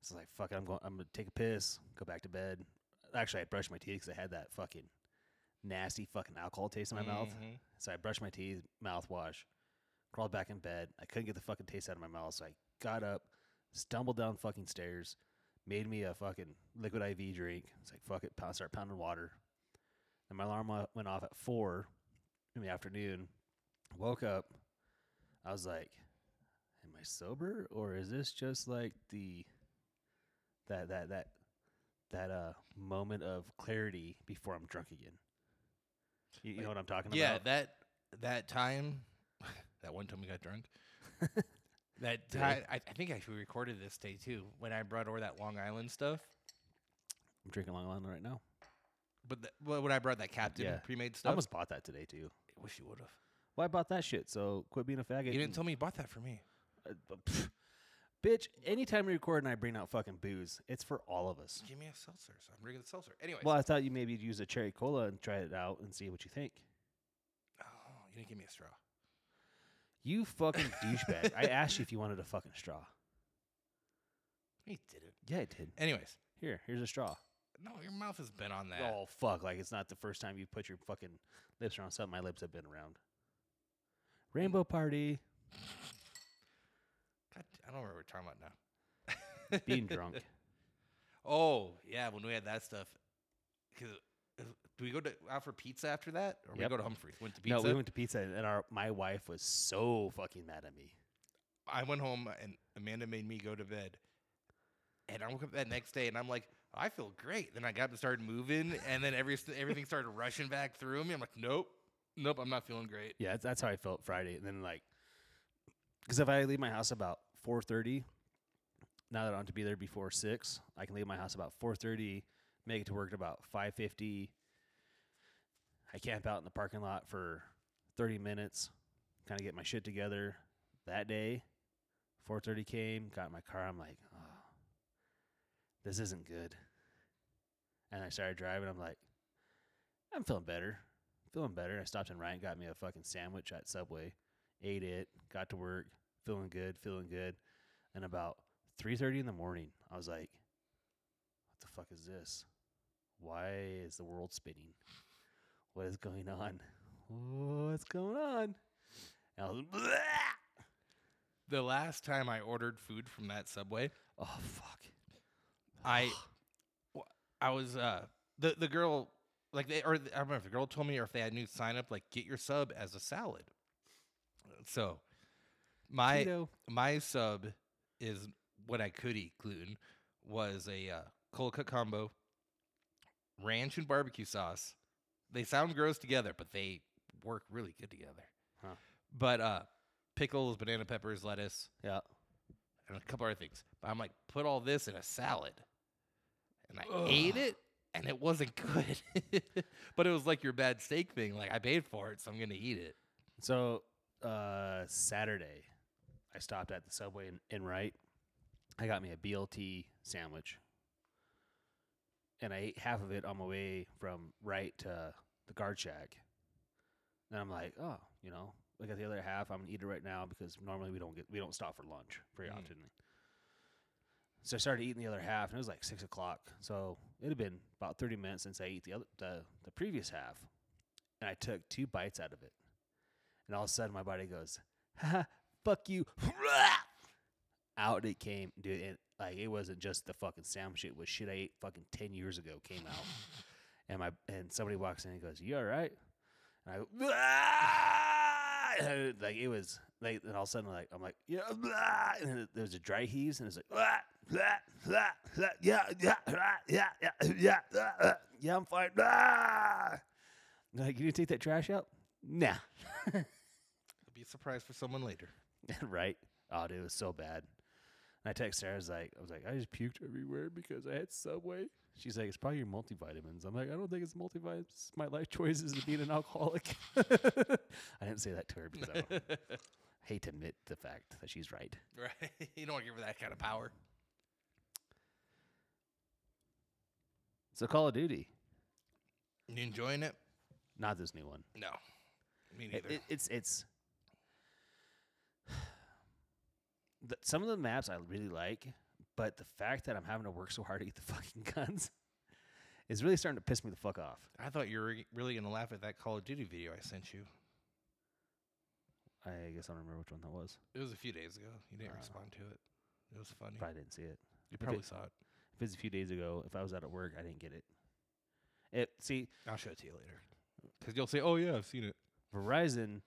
S1: So I was like, "Fuck it, I'm going. I'm gonna take a piss, go back to bed." Actually, I brushed my teeth because I had that fucking nasty fucking alcohol taste in my mouth.
S2: Mhm.
S1: So I brushed my teeth, mouthwash, crawled back in bed. I couldn't get the fucking taste out of my mouth, so I got up, stumbled down fucking stairs, made me a fucking liquid IV drink. It's like fuck it, pound, start pounding water. And my alarm wa- went off at four in the afternoon. Woke up, I was like, "Am I sober, or is this just like the that that that that uh moment of clarity before I'm drunk again?" You, you know what I'm talking
S2: Yeah,
S1: about?
S2: that that time, that one time we got drunk. that
S1: Really?
S2: time, I, I think I actually recorded this day too when I brought over that Long Island stuff.
S1: I'm drinking Long Island right now.
S2: But the, well, when I brought that Captain
S1: Yeah.
S2: pre-made
S1: I
S2: stuff,
S1: almost bought that today too.
S2: I wish you would have.
S1: Well, I bought that shit, so quit being a faggot.
S2: You didn't
S1: and-
S2: tell me you bought that for me.
S1: uh, but pff, bitch, anytime we record and I bring out fucking booze, it's for all of us.
S2: Give me a seltzer. So I'm drinking a seltzer. Anyway,
S1: Well, I thought you maybe use a cherry cola and try it out and see what you think.
S2: oh, you didn't give me a straw.
S1: You fucking douchebag. I asked you if you wanted a fucking straw.
S2: You didn't.
S1: Yeah, I did.
S2: Anyways,
S1: Here, here's a straw.
S2: no, your mouth has been on that.
S1: Oh, fuck. Like, it's not the first time you put your fucking lips around something my lips have been around. Rainbow party,
S2: God, I don't remember what we're talking about now.
S1: being drunk.
S2: Oh yeah, when we had that stuff. 'Cause, uh, do we go to out for pizza after that, or
S1: Yep.
S2: we go to Humphreys? Went to pizza.
S1: No, we went to pizza, and our my wife was so fucking mad at me.
S2: I went home, and Amanda made me go to bed. And I woke up that next day, and I'm like, I feel great. Then I got up and started moving, and then every everything started rushing back through me. I'm like, nope, nope, I'm not feeling great.
S1: Yeah, that's, that's how I felt Friday. And then like, because if I leave my house about four thirty, now that I want to be there before six, I can leave my house about four thirty, make it to work at about five fifty. I camp out in the parking lot for thirty minutes, kind of get my shit together. That day, four thirty came, got in my car. I'm like, oh, this isn't good. And I started driving. I'm like, I'm feeling better feeling better. I stopped in Ryan, got me a fucking sandwich at Subway, ate it, got to work, feeling good, feeling good. And about three thirty in the morning, I was like, "What the fuck is this? Why is the world spinning? What is going on? What's going on?" And I was,
S2: The last time I ordered food from that Subway,
S1: "Oh fuck!"
S2: I, w- I was uh the the girl like they or the, I don't remember if the girl told me or if they had a new sign up like get your sub as a salad. So, my
S1: Keto.
S2: my sub is what I could eat gluten was a uh, cold cut combo, ranch and barbecue sauce. They sound gross together, but they work really good together.
S1: Huh.
S2: But uh, pickles, banana peppers, lettuce,
S1: yeah.
S2: and a couple other things. But I'm like, put all this in a salad, and I ate
S1: Ugh.
S2: it, and it wasn't good. but it was like your bad steak thing. Like I paid for it, so I'm gonna eat it.
S1: So uh, Saturday, I stopped at the subway in, in Wright. I got me a BLT sandwich and I ate half of it on my way from right to the guard shack. And I'm like, oh, you know, look at the other half. I'm gonna eat it right now because normally we don't get we don't stop for lunch very
S2: Mm.
S1: often. So I started eating the other half, and it was like six o'clock. So it had been about thirty minutes since I ate the other the, the previous half, and I took two bites out of it, and all of a sudden my body goes, "Ha, fuck you!" out it came, dude. And like it wasn't just the fucking sandwich; it was shit I ate fucking ten years ago came out. And my and somebody walks in and goes, "You all right?" And I go, "Ah!" And, like it was like, and all of a sudden like I'm like, "Yeah," blah," and then there was a dry heaves, and it's like, "Ah, blah, blah, blah, yeah, yeah, blah, yeah, yeah, yeah, yeah, yeah, yeah, I'm fine." Ah! And they're Like, you didn't take that trash out? Nah,
S2: It'll be a surprise for someone later.
S1: right? Oh, dude, it was so bad. And I text her. I was like, I was like, I just puked everywhere because I had Subway. She's like, it's probably your multivitamins. I'm like, I don't think it's multivitamins. It's My life choice is to be an alcoholic. I didn't say that to her because I don't hate to admit the fact that she's right.
S2: Right? you don't want to give her that kind of power.
S1: So Call of Duty,
S2: You enjoying it?
S1: not this new one.
S2: No. Me
S1: It,
S2: neither.
S1: it, it's it's the, some of the maps I really like, but the fact that I'm having to work so hard to get the fucking guns is really starting to piss me the fuck off.
S2: I thought you were re- really going to laugh at that Call of Duty video I sent you.
S1: I guess I don't remember which one that was.
S2: It was a few days ago. You didn't
S1: Uh,
S2: respond to it. It was funny.
S1: Probably didn't see it.
S2: You
S1: if it-
S2: probably saw it.
S1: If it's a few days ago, if I was out at work, I didn't get it. It see
S2: I'll show it to you later. Because you'll say, oh, yeah, I've seen it.
S1: Verizon.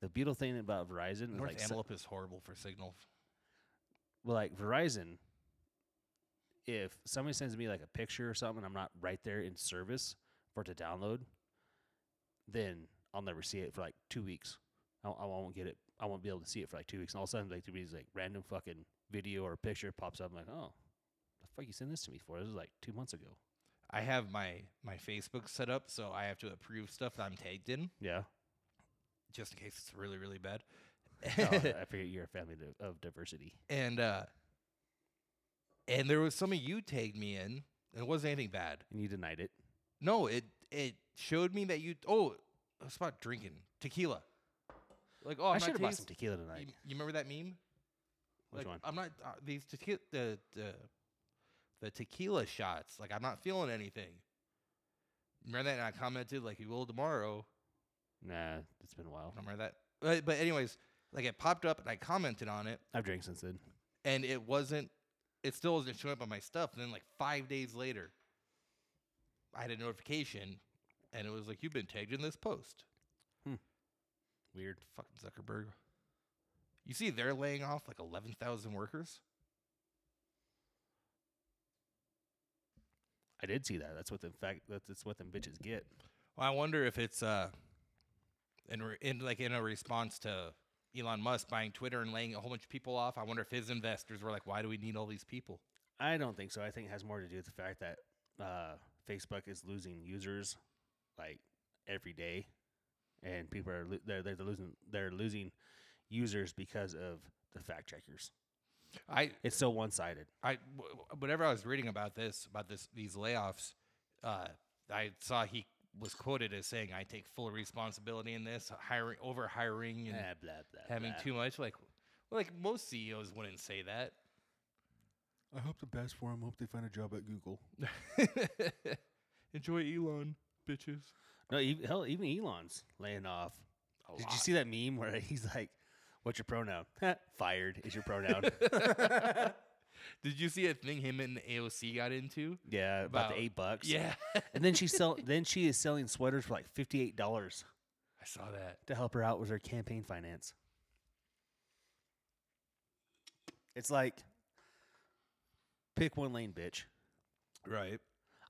S1: The beautiful thing about Verizon is
S2: North
S1: like so-
S2: Antelope is horrible for signal.
S1: well, like Verizon, if somebody sends me like a picture or something, I'm not right there in service for it to download, then I'll never see it for like two weeks. I, I won't get it. I won't be able to see it for like two weeks. And all of a sudden, like there these like random fucking video or picture pops up. I'm like, oh, the fuck you send this to me for? This was like two months ago.
S2: I have my, my Facebook set up, so I have to approve stuff that I'm tagged in,
S1: Yeah,
S2: just in case it's really, really bad.
S1: oh, I figured you're a family di- of diversity.
S2: and uh, and there was some of you tagged me in, and it wasn't anything bad.
S1: And you denied it.
S2: No, it it showed me that you. Oh, it was about drinking tequila. Like oh, I'm
S1: I
S2: not
S1: should have bought some
S2: taste-
S1: tequila
S2: You,
S1: tonight.
S2: you remember that meme?
S1: Which
S2: like,
S1: one?
S2: I'm not uh, these tequila the, the the tequila shots. Like I'm not feeling anything. Remember that? And I commented like you will tomorrow.
S1: Nah, it's been a
S2: I
S1: while.
S2: don't remember that. But, but anyways, like it popped up and I commented on it,
S1: I've drank since then.
S2: and it wasn't. It still wasn't showing up on my stuff. And then like five days later, I had a notification, and it was like you've been tagged in this post.
S1: Weird.
S2: Fucking Zuckerberg. You see, they're laying off like 11,000 workers.
S1: I did see that. That's what the fact. That's, that's what them bitches get.
S2: Well, I wonder if it's uh, in, re- in like in a response to Elon Musk buying Twitter and laying a whole bunch of people off. I wonder if his investors were like, "Why do we need all these people?"
S1: I don't think so. I think it has more to do with the fact that uh, Facebook is losing users like every day, and people are lo- they're, they're losing they're losing users because of the fact checkers.
S2: I,
S1: It's so one sided.
S2: I, w- w- whenever I was reading about this, about this these layoffs, uh, I saw he was quoted as saying, "I take full responsibility in this hiring, over hiring, and
S1: Ah, blah blah.
S2: having
S1: blah.
S2: too much." Like, like most CEOs wouldn't say that.
S3: I hope the best for them. Hope they find a job at Google.
S2: Enjoy Elon, bitches.
S1: No, even, hell, even Elon's laying off.
S2: A
S1: Did
S2: lot.
S1: you see that meme where he's like, "What's your pronoun?" Fired is your pronoun.
S2: Did you see a thing him and AOC got into?
S1: yeah, about,
S2: About-
S1: the eight bucks.
S2: Yeah,
S1: and then she sell. then she is selling sweaters for like fifty eight dollars
S2: I saw that.
S1: to help her out with her campaign finance. It's like, pick one lane, bitch.
S2: Right?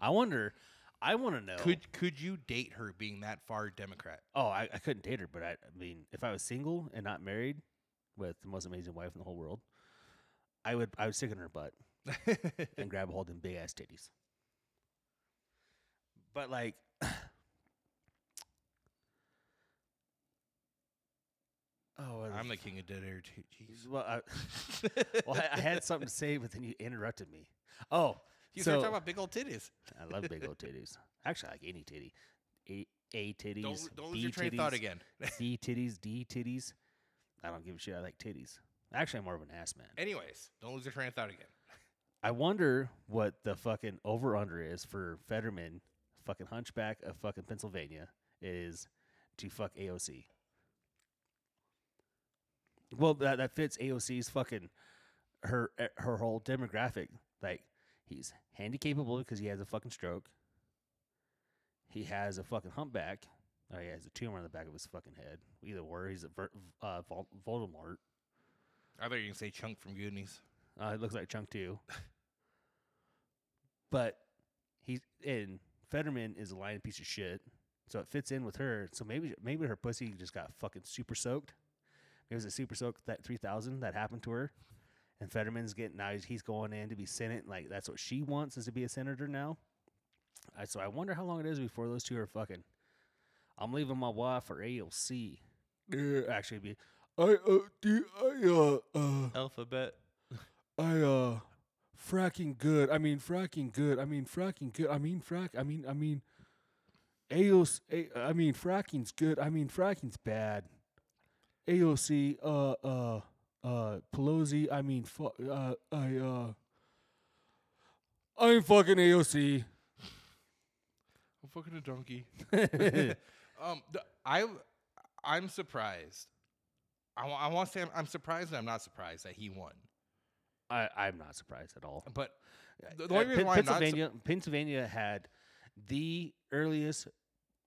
S1: I wonder. I want to know.
S2: Could could you date her being that far Democrat?
S1: oh, I, I couldn't date her, but I, I mean, if I was single and not married, with the most amazing wife in the whole world, I would I would stick in her butt.
S2: Oh,
S1: and grab a hold of them big ass titties. But like, oh, what
S2: I'm
S1: the
S2: the king of dead air too.
S1: f-
S2: Jeez.
S1: Well, I, well, I, I had something to say, but then you interrupted me. Oh,
S2: You start
S1: So-
S2: talking about big old titties.
S1: I love big old titties. Actually, I like any titty. A, a titties.
S2: Don't, don't
S1: B
S2: lose your train of thought
S1: titties,
S2: again.
S1: C titties, D titties. I don't give a shit. I like titties. Actually, I'm more of an ass man.
S2: Anyways, don't lose your train of thought again.
S1: I wonder what the fucking over under is for Fetterman, fucking hunchback of fucking Pennsylvania, is to fuck AOC. Well, that, that fits AOC's fucking her eh, her whole demographic. Like he's handicapable because he has a fucking stroke. He has a fucking humpback, or he has a tumor on the back of his fucking head. Either or, he's a ver- uh, Vol- Voldemort.
S2: I thought you were going to say Chunk from Goonies.
S1: Uh, it looks like Chunk Two. but he's and Fetterman is a lying piece of shit, so it fits in with her. So maybe maybe her pussy just got fucking super soaked. Maybe it was a super soaked that three thousand that happened to her, and Fetterman's getting now he's, he's going in to be senate. Like that's what she wants is to be a senator now. I, so I wonder how long it is before those two are fucking. I'm leaving my wife for AOC. Uh, Actually, it'd be
S3: I uh, do I uh uh
S2: Alphabet.
S3: I uh fracking good. I mean fracking good. I mean fracking good. I mean frack. I mean I mean AOC. A- I mean fracking's good. I mean fracking's bad. AOC. Uh uh uh Pelosi. I mean fu- uh I uh I'm fucking AOC.
S2: I'm fucking a donkey.
S1: yeah,
S2: Um, th- I, I'm surprised. I, wa- I want to say I'm, I'm surprised and I'm not surprised that he won.
S1: I, I'm not surprised at all.
S2: But the, the
S1: Uh,
S2: only reason
S1: Pen-
S2: why I'm not sur-
S1: Pennsylvania, Pennsylvania had the earliest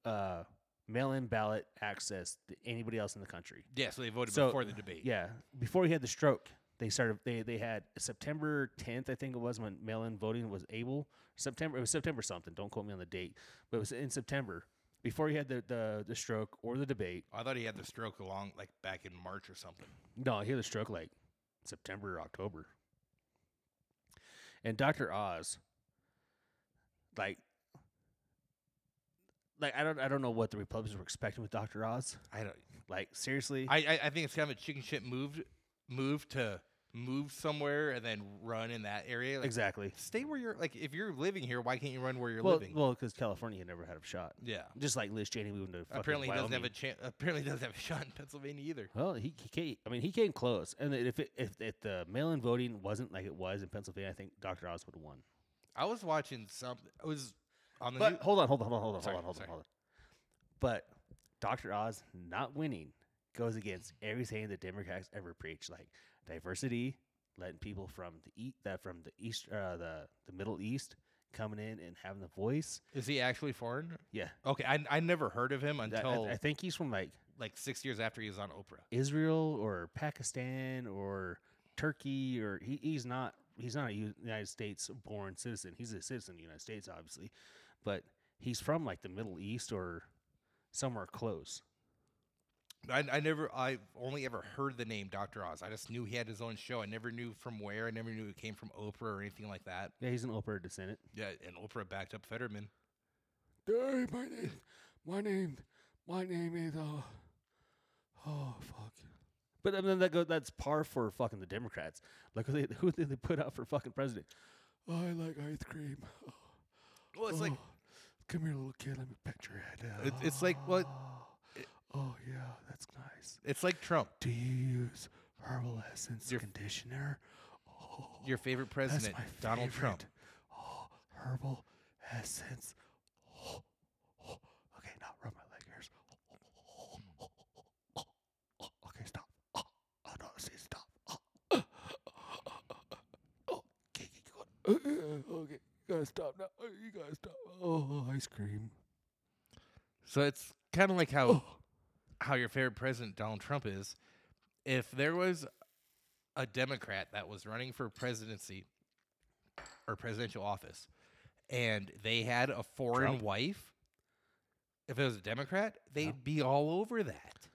S1: uh, mail-in ballot access to anybody else in the country.
S2: yeah, so they voted
S1: So, uh,
S2: before the debate.
S1: Yeah, before he had the stroke, they started. They they had September 10th, I think it was, when mail-in voting was able. September it was September something. Don't quote me on the date, but it was in September before he had the the, the stroke or the debate.
S2: Oh, I thought he had the stroke along like back in March or something.
S1: No, he had a stroke like September, October. And Dr. Oz, like, like I don't, I don't know what the Republicans were expecting with Dr. Oz.
S2: I don't.
S1: Like seriously,
S2: I, I, I think it's kind of a chicken shit move, move to move somewhere and then run in that area. Like,
S1: exactly.
S2: Stay where you're. Like if you're living here, why can't you run where you're
S1: Well,
S2: living?
S1: well, because California had never had a shot.
S2: yeah.
S1: Just like Liz Cheney moved to fucking
S2: Apparently he
S1: Wyoming.
S2: doesn't have a chance. Apparently he doesn't have a shot in Pennsylvania either.
S1: Well, he, he came, I mean, he came close. And if it, if, if the mail-in voting wasn't like it was in Pennsylvania, I think Dr. Oz would have won.
S2: I was watching something. I was on the.
S1: But
S2: new-
S1: hold on, hold on, hold on, hold on,
S2: Sorry,
S1: hold on, hold on,
S2: sorry.
S1: hold on. But Dr. Oz not winning goes against everything the Democrats ever preach, like diversity, letting people from the eat that from the east, uh, the the Middle East coming in and having the voice.
S2: Is he actually foreign?
S1: Yeah,
S2: Okay, I, I never heard of him
S1: that- I-
S2: until
S1: I, think he's from like
S2: like six years after he was on Oprah.
S1: Israel or Pakistan or Turkey, or he, he's not he's not a U- United States born citizen. He's a citizen of the United States, obviously, but he's from like the Middle East or somewhere close.
S2: I, I never, I only ever heard the name Dr. Oz. I just knew he had his own show. I never knew from where. I never knew it came from Oprah or anything like that.
S1: Yeah, he's an Oprah descendant.
S2: Yeah, and Oprah backed up Fetterman.
S3: Hey, my name. My name. My name is uh. Oh fuck.
S1: But I mean, that go, that's par for fucking the Democrats. Like who they, who did they put out for fucking president?
S3: I like ice cream.
S2: Well, it's like
S3: Oh, come here, little kid. Let me pet your head.
S2: It- it's like what-
S3: Oh,
S2: it-
S3: oh, yeah, that's nice.
S2: it's like Trump,
S3: Do you use herbal essence
S2: Your-
S3: conditioner? Oh,
S2: your favorite
S3: that's
S2: president,
S3: my
S2: Donald Trump.
S3: favorite. Oh, herbal essence. Oh, oh, okay, now rub my leg hairs. Oh, oh, oh, oh, oh, oh, okay, stop. Oh, oh no, see, stop. Oh, oh, okay, keep going. Uh, okay, you gotta stop now. Uh, You gotta stop. Oh, ice cream.
S2: So it's kind of like how
S3: Oh.
S2: how your favorite president Donald Trump is. If there was a Democrat that was running for presidency or presidential office, and they had a foreign
S1: Trump?
S2: wife, if it was a Democrat, they'd be all over that.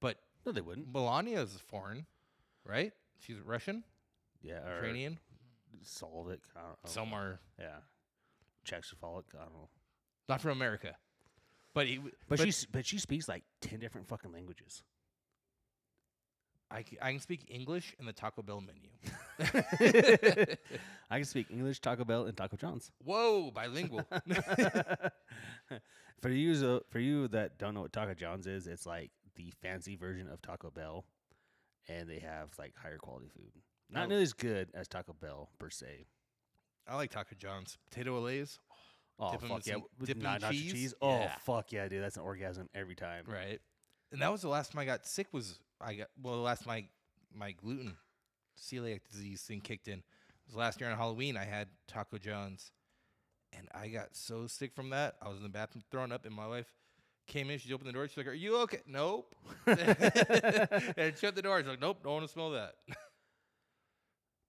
S2: But
S1: No, they wouldn't.
S2: Melania's foreign, right? She's Russian,
S1: Yeah, or oh.
S2: Ukrainian,
S1: Slavic. I don't know.
S2: somewhere
S1: Yeah, Czechoslovak. I don't know.
S2: not from America. But he, w-
S1: But, she she but she speaks like ten different fucking languages.
S2: I can, I can speak English in the Taco Bell menu.
S1: I can speak English, Taco Bell, and Taco John's.
S2: Whoa, bilingual.
S1: for you, uh, for you that don't know what Taco John's is, it's like the fancy version of Taco Bell, and they have like higher quality food. Not
S2: Oh.
S1: nearly as good as Taco Bell per se.
S2: I like Taco John's potato olays.
S1: Oh
S2: Dip 'em in
S1: fuck yeah!
S2: some-
S1: with
S2: dip 'em
S1: na-
S2: in
S1: nacho
S2: cheese?
S1: Oh
S2: Yeah.
S1: fuck yeah, dude! That's an orgasm every time.
S2: Right. And that was the last time I got sick. Was I got well? The last my my gluten celiac disease thing kicked in. It was last year on Halloween. I had Taco John's, and I got so sick from that. I was in the bathroom throwing up, and my wife came in. She opened the door. She's like, "Are you okay?" Nope. and shut the door. She's like, "Nope, don't want to smell that."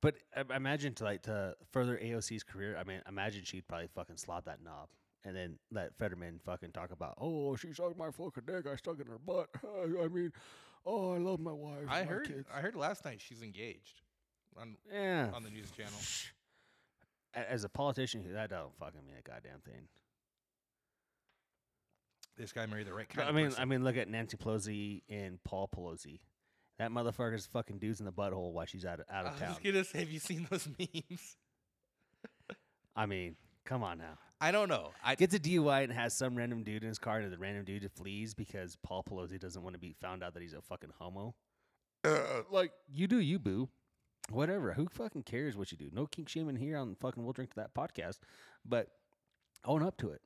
S1: But uh, I I imagine to like to further AOC's career. I mean, imagine she'd probably fucking slot that knob, and then let Fetterman fucking talk about, oh, she sucked my fucking dick, I stuck it in her butt. I mean, oh, I love my wife. and
S2: I
S1: my
S2: heard.
S1: Kids.
S2: I heard last night she's engaged. On,
S1: yeah.
S2: on the news channel.
S1: A- As a politician, that don't fucking mean a goddamn thing.
S2: this guy married the right
S1: But
S2: kind.
S1: I
S2: of
S1: mean,
S2: person.
S1: I mean, look at Nancy Pelosi and Paul Pelosi. That motherfucker's fucking dudes in the butthole while she's out of, out
S2: I
S1: of
S2: was
S1: town.
S2: Uh, just gonna say, have you seen those memes?
S1: I mean, come on now.
S2: I don't know. I
S1: gets a DUI and has some random dude in his car, and the random dude flees because Paul Pelosi doesn't want to be found out that he's a fucking homo. Uh, like you do, you boo. Whatever. Who fucking cares what you do? No kink shaming here on fucking We'll Drink to That podcast, but own up to it.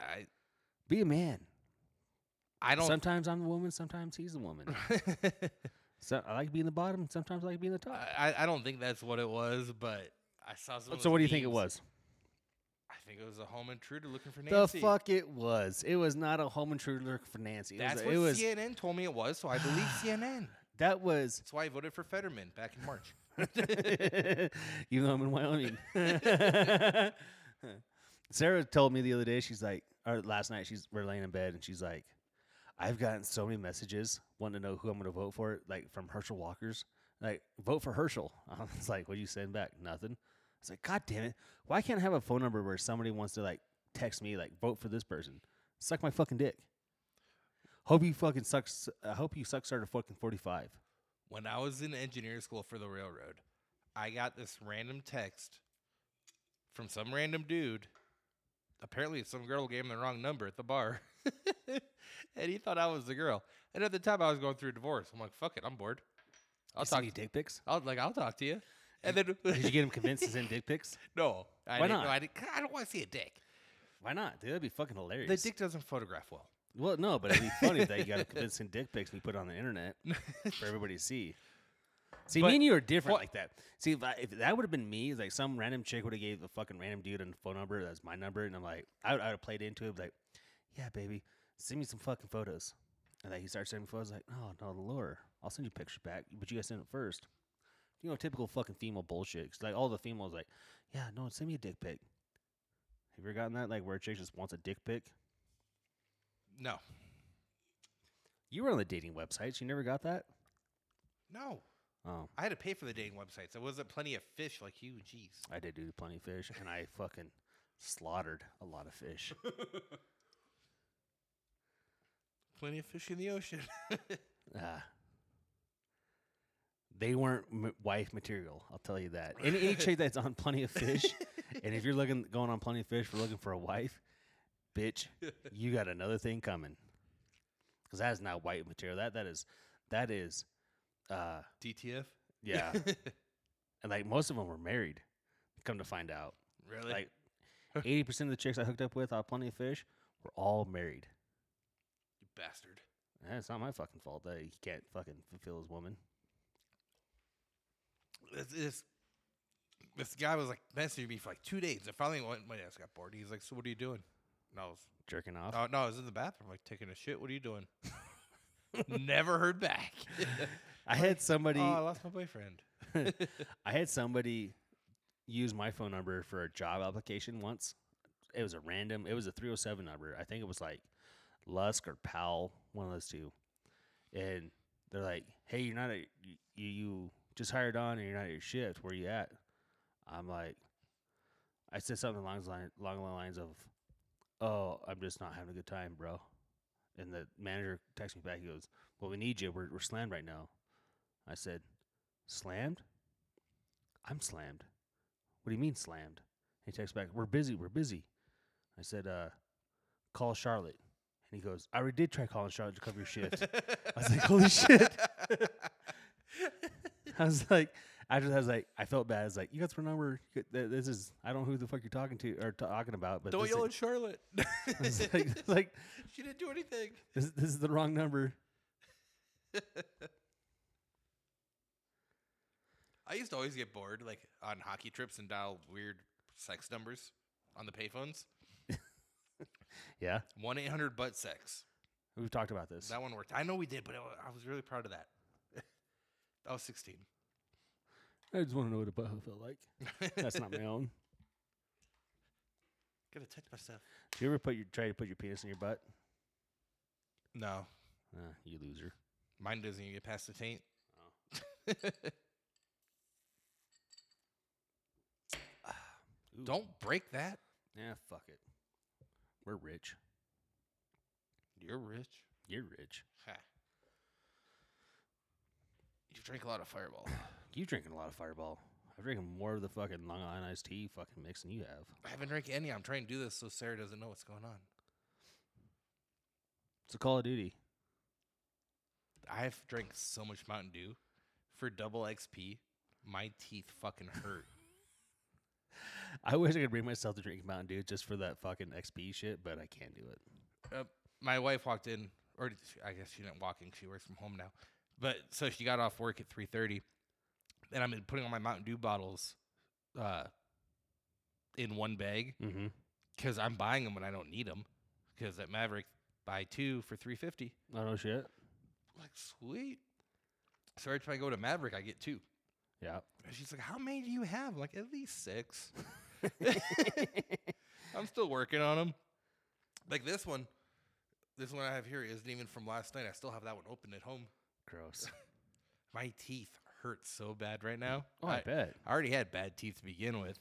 S2: I
S1: Be a man.
S2: I don't.
S1: Sometimes I'm the woman. Sometimes he's the woman. so I like being the bottom. Sometimes I like being the top.
S2: I, I don't think that's what it was, but I saw some. of
S1: so
S2: those
S1: what do you think it
S2: memes.
S1: was?
S2: I think it was a home intruder looking for
S1: The
S2: Nancy.
S1: fuck it was. It was not a home intruder for Nancy. It
S2: That's
S1: was,
S2: what
S1: it was
S2: CNN told me it was, so I believe CNN.
S1: that was
S2: That's why I voted for Fetterman back in March.
S1: even though I'm in Wyoming. Sarah told me the other day, she's like, or last night, she's we're laying in bed, and she's like, I've gotten so many messages wanting to know who I'm going to vote for, like from Herschel Walker's, like vote for Herschel. I was like, what do you send back? Nothing. I was like, God damn it! Why can't I have a phone number where somebody wants to like text me, like vote for this person? Suck my fucking dick. Hope you fucking sucks. I hope you suck started fucking forty five.
S2: when I was in engineering school for the railroad, I got this random text from some random dude. Apparently, some girl gave him the wrong number at the bar, and he thought I was the girl. And at the time, I was going through a divorce. I'm like, "Fuck it, I'm bored. I'll
S1: You
S2: talk.
S1: send me dick pics.
S2: I'll like, I'll talk to you." And then
S1: Did you get him convinced to send dick pics?
S2: No, I
S1: Why
S2: didn't,
S1: not?
S2: No, I, didn't, 'cause I don't want to see a dick.
S1: Why not? Dude, that'd be fucking hilarious.
S2: The dick doesn't photograph well.
S1: well, no, but it'd be funny that you got a convincing dick pics and you put it on the internet for everybody to see. See,
S2: But-
S1: me and you are different
S2: Well-
S1: like that. See, if, I, if that would have been me, like some random chick would have gave the fucking random dude a phone number that's my number, and I'm like, I would, I would have played into it, be like, yeah, baby, send me some fucking photos. And then he starts sending photos, like, oh no, the lure, I'll send you pictures back, but you guys send it first. You know, typical fucking female bullshit. 'cause, like all the females, like, yeah, no, send me a dick pic. Have you ever gotten that? Like where a chick just wants a dick pic?
S2: No,
S1: You were on the dating websites. You never got that?
S2: no.
S1: Oh,
S2: I had to pay for the dating websites. There wasn't plenty of fish like you. Jeez.
S1: I did do plenty of fish, and I fucking slaughtered a lot of fish.
S2: Plenty of fish in the ocean.
S1: Ah. they weren't m- wife material. I'll tell you that. Any, any chick that's on plenty of fish, and if you're looking going on plenty of fish for looking for a wife, bitch, you got another thing coming. Because that is not white material. That that is that is, uh,
S2: DTF.
S1: yeah. and like most of them were married. Come to find out.
S2: Really?
S1: like eighty percent of the chicks I hooked up with on Plenty of Fish were all married.
S2: you bastard.
S1: Eh, it's not my fucking fault that he can't fucking fulfill his woman.
S2: This, this, this guy was like messaging me for like two days. And finally, one my ass got bored. He's like, "So what are you doing?" And I was,
S1: Jerking off.
S2: no, no, I was in the bathroom, like taking a shit. What are you doing? Never heard back.
S1: I had somebody.
S2: oh, I lost my boyfriend.
S1: I had somebody use my phone number for a job application once. It was a random. It was a 307 number. I think it was like Lusk or Powell, one of those two. And they're like, "Hey, you're not at you, you just hired on, and you're not at your shift. Where you at?" I'm like, I said something along the line, along the lines of, "Oh, I'm just not having a good time, bro." And the manager texts me back. He goes, "Well, we need you. We're, we're slammed right now." I said, Slammed? I'm slammed. What do you mean slammed? He texts back, We're busy, we're busy. I said, uh, call Charlotte. And he goes, I already did try calling Charlotte to cover your shift. I was like, holy shit. I was like, I just I was like, I felt bad. I was like, you got her number. You got- th- This is I don't know who the fuck you're talking to or talking about, but
S2: Don't
S1: this
S2: yell at
S1: is,
S2: Charlotte.
S1: I was like, it's like
S2: she didn't do anything.
S1: this, this is the wrong number.
S2: I used to always get bored, like on hockey trips, and dial weird sex numbers on the payphones.
S1: Yeah,
S2: One eight hundred butt sex.
S1: we've talked about this.
S2: That one worked. I know we did, but it, wa- I was really proud of that. I was sixteen.
S1: I just want to know what a butthole felt like. That's not my own.
S2: Gotta touch myself.
S1: Do you ever put your try to put your penis in your butt?
S2: No,
S1: Uh, you loser.
S2: mine doesn't even get past the taint.
S1: Ooh.
S2: Don't break that.
S1: Yeah, fuck it. We're rich.
S2: You're rich.
S1: You're rich.
S2: Ha. You drink a lot of Fireball.
S1: You drinking a lot of Fireball. I'm drinking more of the fucking Long Island iced tea fucking mix than you have.
S2: I haven't drank any. I'm trying to do this so Sarah doesn't know what's going on.
S1: It's a Call of Duty.
S2: I've drank so much Mountain Dew for double XP. My teeth fucking hurt.
S1: I wish I could bring myself to drink Mountain Dew just for that fucking XP shit, but I can't do it.
S2: uh, my wife walked in, or did she- I guess she didn't walk in. She works from home now, but so she got off work at three thirty, and I've been putting all my Mountain Dew bottles, uh, in one bag
S1: Mm-hmm.
S2: because I'm buying them when I don't need them. Because at Maverick, buy two for three fifty.
S1: Oh no shit.
S2: Like sweet. So every time I go to Maverick, I get two.
S1: Yeah.
S2: And she's like, "How many do you have?" I'm like at least six. I'm still working on them. Like this one, this one I have here isn't even from last night. I still have that one open at home.
S1: Gross.
S2: My teeth hurt so bad right now.
S1: Oh, I, bet.
S2: I already had bad teeth to begin with,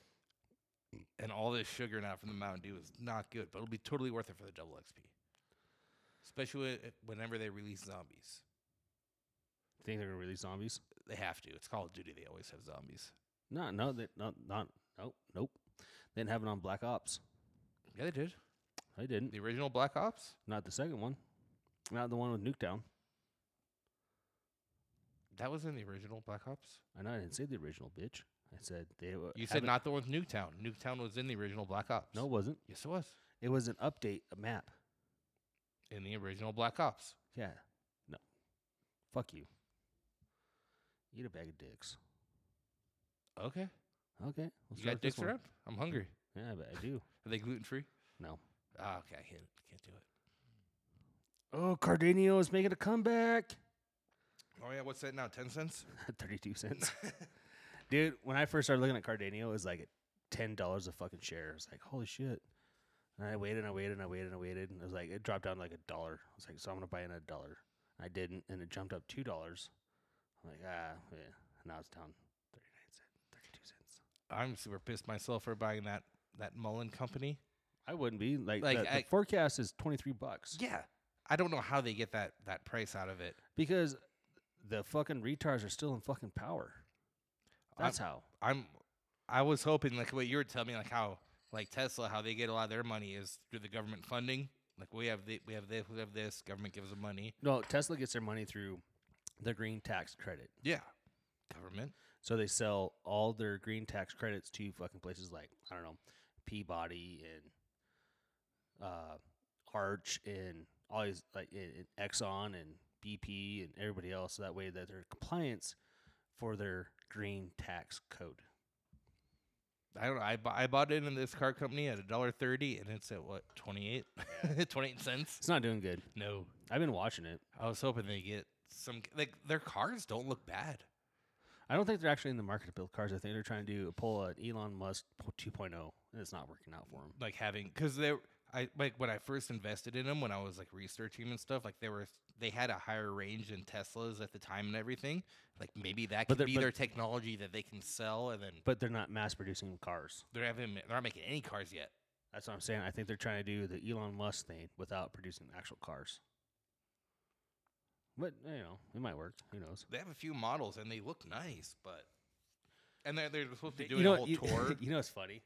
S2: and all this sugar now from the Mountain Dew is not good. But it'll be totally worth it for the double XP, especially whe- whenever they release zombies.
S1: Think they're gonna release zombies?
S2: They have to. It's Call of Duty. They always have zombies.
S1: No, no, they not not nope, nope. They didn't have it on Black Ops.
S2: Yeah, they did.
S1: They didn't.
S2: The original Black Ops.
S1: Not the second one. Not the one with Nuketown.
S2: That was in the original Black Ops.
S1: I know I didn't say the original bitch. I said they were
S2: You said not the one with Nuketown. Nuketown was in the original Black Ops.
S1: Uh, No it wasn't.
S2: Yes, it was.
S1: It was an update, a map.
S2: In the original Black Ops.
S1: Yeah. No. Fuck you. Eat a bag of dicks.
S2: Okay.
S1: Okay. we'll
S2: you
S1: start
S2: got
S1: with this
S2: dicks
S1: one.
S2: around? I'm hungry.
S1: Yeah, I bet I do.
S2: Are they gluten free?
S1: No.
S2: Ah, okay. I can't, can't do it.
S1: Oh, Cardenio is making a comeback.
S2: Oh, yeah. What's that now? 10 cents?
S1: 32 cents. Dude, when I first started looking at Cardenio, it was like at $10 a fucking share. I was like, holy shit. And I waited and I waited and I waited and I waited. And it was like, it dropped down to like a dollar. I was like, so I'm going to buy in a dollar. And I didn't. And it jumped up $2. I'm like, ah, yeah. And now it's down 39 cents, 32 cents.
S2: I'm super pissed myself for buying that, that Mullen company.
S1: I wouldn't be. Like,
S2: Like,
S1: the, the
S2: I-
S1: forecast is 23 bucks.
S2: Yeah. I don't know how they get that, that price out of it.
S1: Because the fucking retards are still in fucking power.
S2: I'm-
S1: That's how.
S2: I'm I was hoping like what you were telling me like how like Tesla how they get a lot of their money is through the government funding. Like we have the, we have this, we have this, government gives them money.
S1: No, Tesla gets their money through the green tax credit.
S2: Yeah. Government.
S1: So they sell all their green tax credits to fucking places like I don't know, Peabody and uh, Arch and all these like and, and Exxon and BP and everybody else. So that way that they're compliance for their green tax code.
S2: I don't know. I, bu- I bought it in this car company at a dollar thirty, and it's at what 28? 28 cents.
S1: It's not doing good.
S2: No,
S1: I've been watching it.
S2: I was hoping they get some. Like their cars don't look bad.
S1: I don't think they're actually in the market to build cars. I think they're trying to do pull an Elon Musk 2.0, and it's not working out for them.
S2: Like having because they, I like when I first invested in them when I was like researching and stuff. Like they were they had a higher range than Teslas at the time and everything. Like maybe that
S1: But
S2: could
S1: they're-
S2: be
S1: but-
S2: their technology that they can sell, and then
S1: But they're not mass producing cars.
S2: they're having they're not making any cars yet.
S1: That's what I'm saying. I think they're trying to do the Elon Musk thing without producing actual cars. But you know, it might work. Who knows?
S2: They have a few models and they look nice, but and they're they're supposed to
S1: Y-
S2: be doing
S1: you know,
S2: a whole
S1: you,
S2: tour.
S1: you know, it's funny.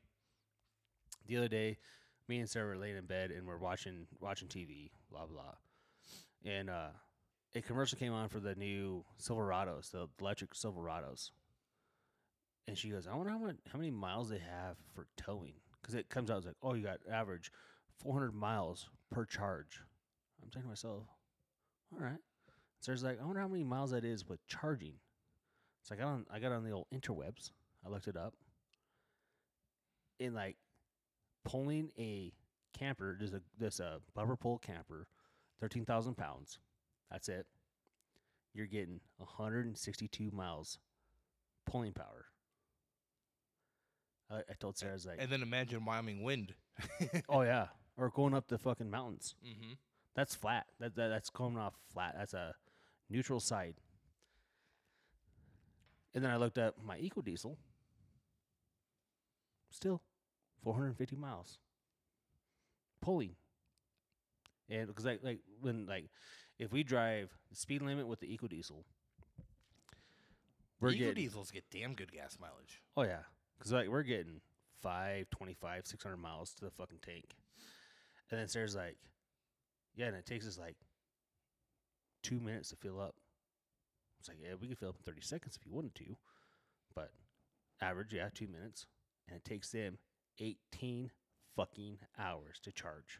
S1: The other day, me and Sarah were laying in bed and we're watching watching TV, blah blah, and uh, a commercial came on for the new Silverados, the electric Silverados, and she goes, "I wonder how much how many miles they have for towing." Because it comes out it's like, "Oh, you got average 400 miles per charge." I'm thinking to myself, "All right." Sarah's like, "I wonder how many miles that is with charging." So I got on I got on the old interwebs. I looked it up. And like pulling a camper, there's a this a bumper pull camper, thirteen thousand pounds. That's it. You're getting 162 miles pulling power. I, I told Sarah, I was like,
S2: And then imagine Wyoming wind.
S1: "Oh yeah," or going up the fucking mountains.
S2: Mm-hmm.
S1: That's flat. That, that that's coming off flat. That's a neutral side. And then I looked up my EcoDiesel. Still, 450 miles. Pulling. And because like like when like if we drive the speed limit with the EcoDiesel, we're
S2: Eco
S1: getting
S2: diesels get damn good gas mileage.
S1: oh yeah because like we're getting five, 25, 600 miles to the fucking tank, and then Sarah's like, yeah, and it takes us like two minutes to fill up. It's like, yeah, we could fill up in 30 seconds if you wanted to. But average, yeah, two minutes. And it takes them 18 fucking hours to charge.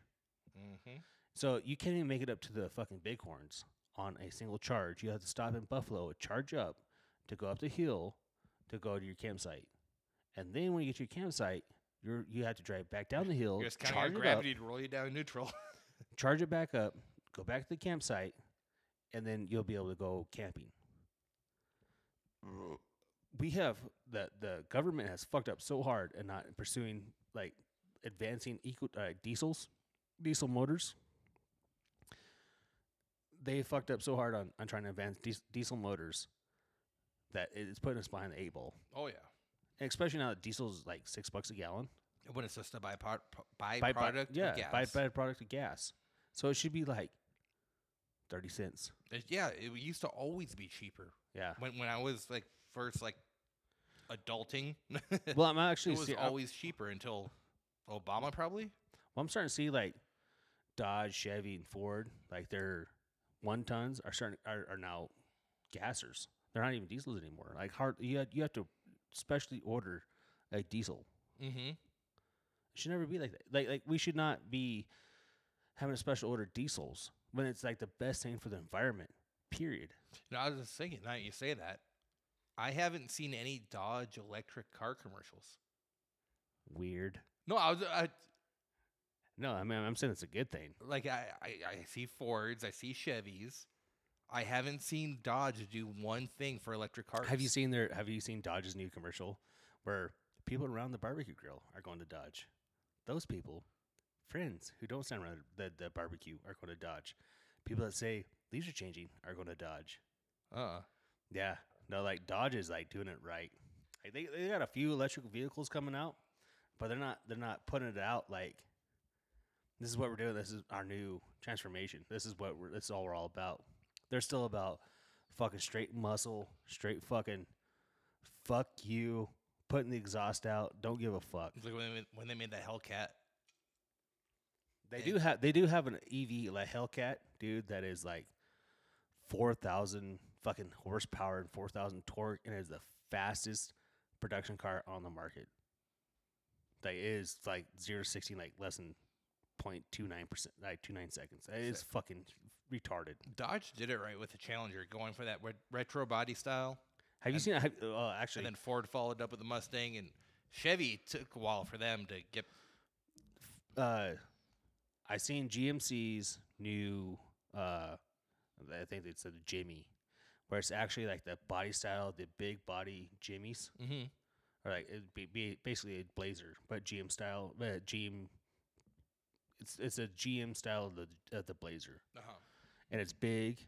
S2: Mm-hmm.
S1: So you can't even make it up to the fucking Bighorns on a single charge. You have to stop in Buffalo, charge up to go up the hill to go to your campsite. And then when you get to your campsite, you're, you have to drive back down the hill,
S2: You're just counting on
S1: charge it up,
S2: gravity to roll you down neutral.
S1: charge it back up, go back to the campsite, and then you'll be able to go camping. We have the the government has fucked up so hard and not pursuing like advancing eco uh, diesels, diesel motors. They fucked up so hard on, on trying to advance dies- diesel motors that it's putting us behind the eight ball.
S2: oh yeah.
S1: And especially now that diesel is like six bucks a gallon.
S2: And When it's just a bypro- byproduct,
S1: By by-
S2: of
S1: yeah,
S2: gas.
S1: by byproduct of gas. So it should be like thirty cents.
S2: It- yeah, it used to always be cheaper.
S1: Yeah.
S2: When when I was like first like adulting,
S1: Well, I'm actually
S2: it was
S1: see- oh. I'm-
S2: always cheaper until Obama probably.
S1: well, I'm starting to see like Dodge, Chevy, and Ford, like their one tons are starting are, are now gassers. They're not even diesels anymore. Like hard, you have, you have to specially order a diesel.
S2: Mm-hmm.
S1: It should never be like that. Like like we should not be having a special order diesels when it's like the best thing for the environment. Period.
S2: No, I was just thinking. Now that you say that, I haven't seen any Dodge electric car commercials.
S1: Weird.
S2: No, I was I,
S1: No, I mean I'm saying it's a good thing.
S2: like I, I I see Fords, I see Chevys. I haven't seen Dodge do one thing for electric cars.
S1: Have you seen their Have you seen Dodge's new commercial where people around the barbecue grill are going to Dodge? Those people, friends who don't stand around the, the barbecue, are going to Dodge. People that say leaves are changing are going to Dodge.
S2: Uh,
S1: Yeah, no, like Dodge is like doing it right. Like they they got a few electric vehicles coming out, but they're not they're not putting it out like this is what we're doing. This is our new transformation. This is what we're this is all we're all about. They're still about fucking straight muscle, straight fucking fuck you, putting the exhaust out. Don't give a fuck.
S2: like when they, made- when they made that Hellcat.
S1: They
S2: Hey.
S1: do have they do have an EV like Hellcat dude that is like four thousand fucking horsepower and four thousand torque and is the fastest production car on the market. That is like zero to sixty in, like less than 0.29 percent like two nine seconds. It's
S2: Sick.
S1: fucking retarded.
S2: Dodge did it right with the Challenger, going for that ret- retro body style,
S1: Have you
S2: And-
S1: seen? Have, oh,
S2: and
S1: actually,
S2: then Ford followed up with the Mustang, and Chevy took a while for them to get.
S1: uh, I seen GMC's new. Uh, I think they said Jimmy, where it's actually like the body style, the big body Jimmys.
S2: Mm-hmm.
S1: or like it'd be, be basically a blazer, but GM style. Uh, GM, it's it's a GM style of the of the blazer,
S2: Uh-huh.
S1: and it's big.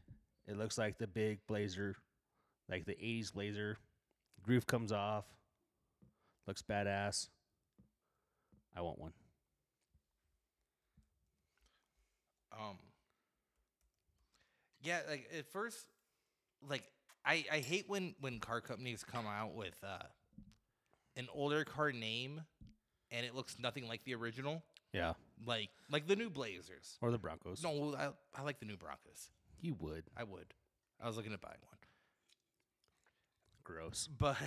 S1: It looks like the big blazer, like the '80s blazer. Groove comes off, looks badass. I want one.
S2: Um, yeah, like at first, like I I hate when when car companies come out with uh an older car name, and it looks nothing like the original.
S1: Yeah.
S2: Like like the new Blazers.
S1: Or the Broncos.
S2: No, I I like the new Broncos.
S1: You would.
S2: I would. I was looking at buying one,
S1: Gross.
S2: but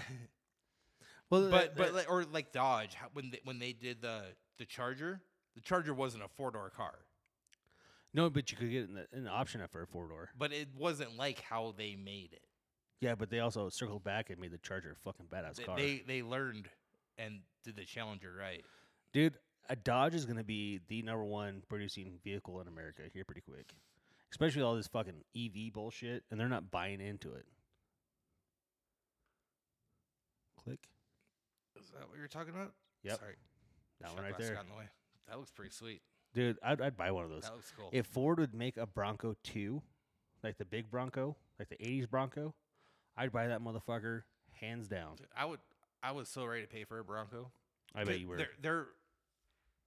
S1: Well, uh,
S2: but but like, or like Dodge how, when they, when they did the the Charger. The Charger wasn't a four door car,
S1: no, but you could get an, an option for a four door.
S2: but it wasn't like how they made it.
S1: Yeah, but they also circled back and made the Charger a fucking badass
S2: They,
S1: car.
S2: they they learned and did the Challenger right.
S1: Dude, a Dodge is going to be the number one producing vehicle in America here pretty quick. Especially all this fucking EV bullshit, and they're not buying into it. Click.
S2: Is that what you're talking about?
S1: Yep.
S2: Sorry.
S1: That
S2: Shot
S1: one right
S2: glass
S1: there.
S2: got in the way. That looks pretty sweet.
S1: Dude, I'd, I'd buy one of those.
S2: That looks cool.
S1: If Ford would make a Bronco 2, like the big Bronco, like the 80s Bronco, I'd buy that motherfucker hands down.
S2: I would, I was so ready to pay for a Bronco.
S1: I bet you were.
S2: They're, they're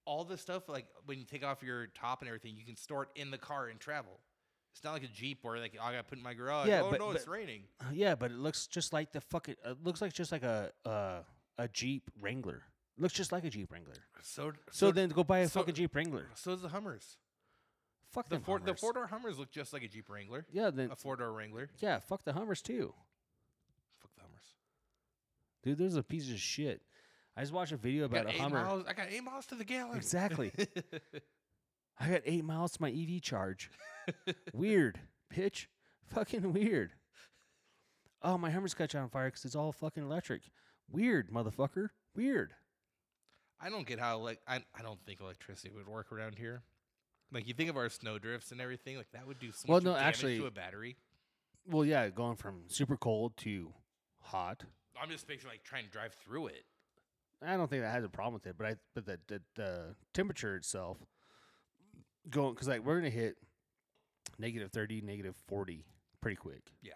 S2: all the stuff like when you take off your top and everything, you can store it in the car and travel. It's not like a Jeep where like I got to put it in my garage.
S1: Yeah,
S2: oh
S1: but-
S2: no, it's
S1: but-
S2: raining.
S1: Yeah, but it looks just like the fucking. It looks like just like a uh, a Jeep Wrangler. looks just like a Jeep Wrangler.
S2: So
S1: So, then go buy a
S2: so-
S1: fucking Jeep Wrangler.
S2: so is the Hummers.
S1: Fuck
S2: The
S1: them
S2: four the
S1: Hummers.
S2: four door Hummers look just like a Jeep Wrangler,
S1: Yeah, then
S2: a four door Wrangler.
S1: yeah, fuck the Hummers too,
S2: Fuck the Hummers.
S1: dude. Those are pieces of shit. I just watched a video
S2: I
S1: about
S2: got,
S1: a
S2: eight
S1: Hummer.
S2: miles, I got eight miles to the gallon.
S1: Exactly. I got eight miles to my EV charge. weird, bitch. Fucking weird. Oh, my Hummer's catch on fire because it's all fucking electric. Weird, motherfucker. Weird.
S2: I don't get how like I, I don't think electricity would work around here. Like you think of our snow drifts and everything, like that would do so
S1: Well,
S2: much
S1: no,
S2: damage to
S1: actually-
S2: a battery.
S1: Well, yeah, going from super cold to hot.
S2: I'm just picturing like trying to drive through it.
S1: I don't think that has a problem with it, but I but the the, the temperature itself going because like we're gonna hit negative thirty, negative forty pretty quick,
S2: Yeah.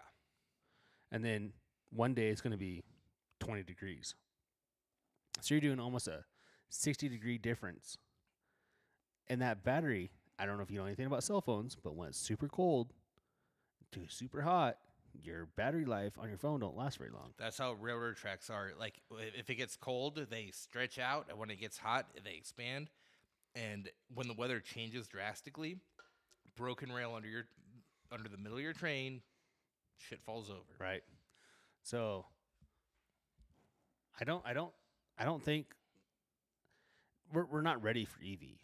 S1: and then one day it's gonna be twenty degrees. So you're doing almost a sixty degree difference, and that battery. I don't know if you know anything about cell phones, but when it's super cold to super hot, your battery life on your phone don't last very long.
S2: That's how railroad tracks are. Like i- if it gets cold, they stretch out, and when it gets hot, they expand. And when the weather changes drastically, broken rail under your under the middle of your train, shit falls over.
S1: Right. So I don't I don't I don't think we're we're not ready for E EV.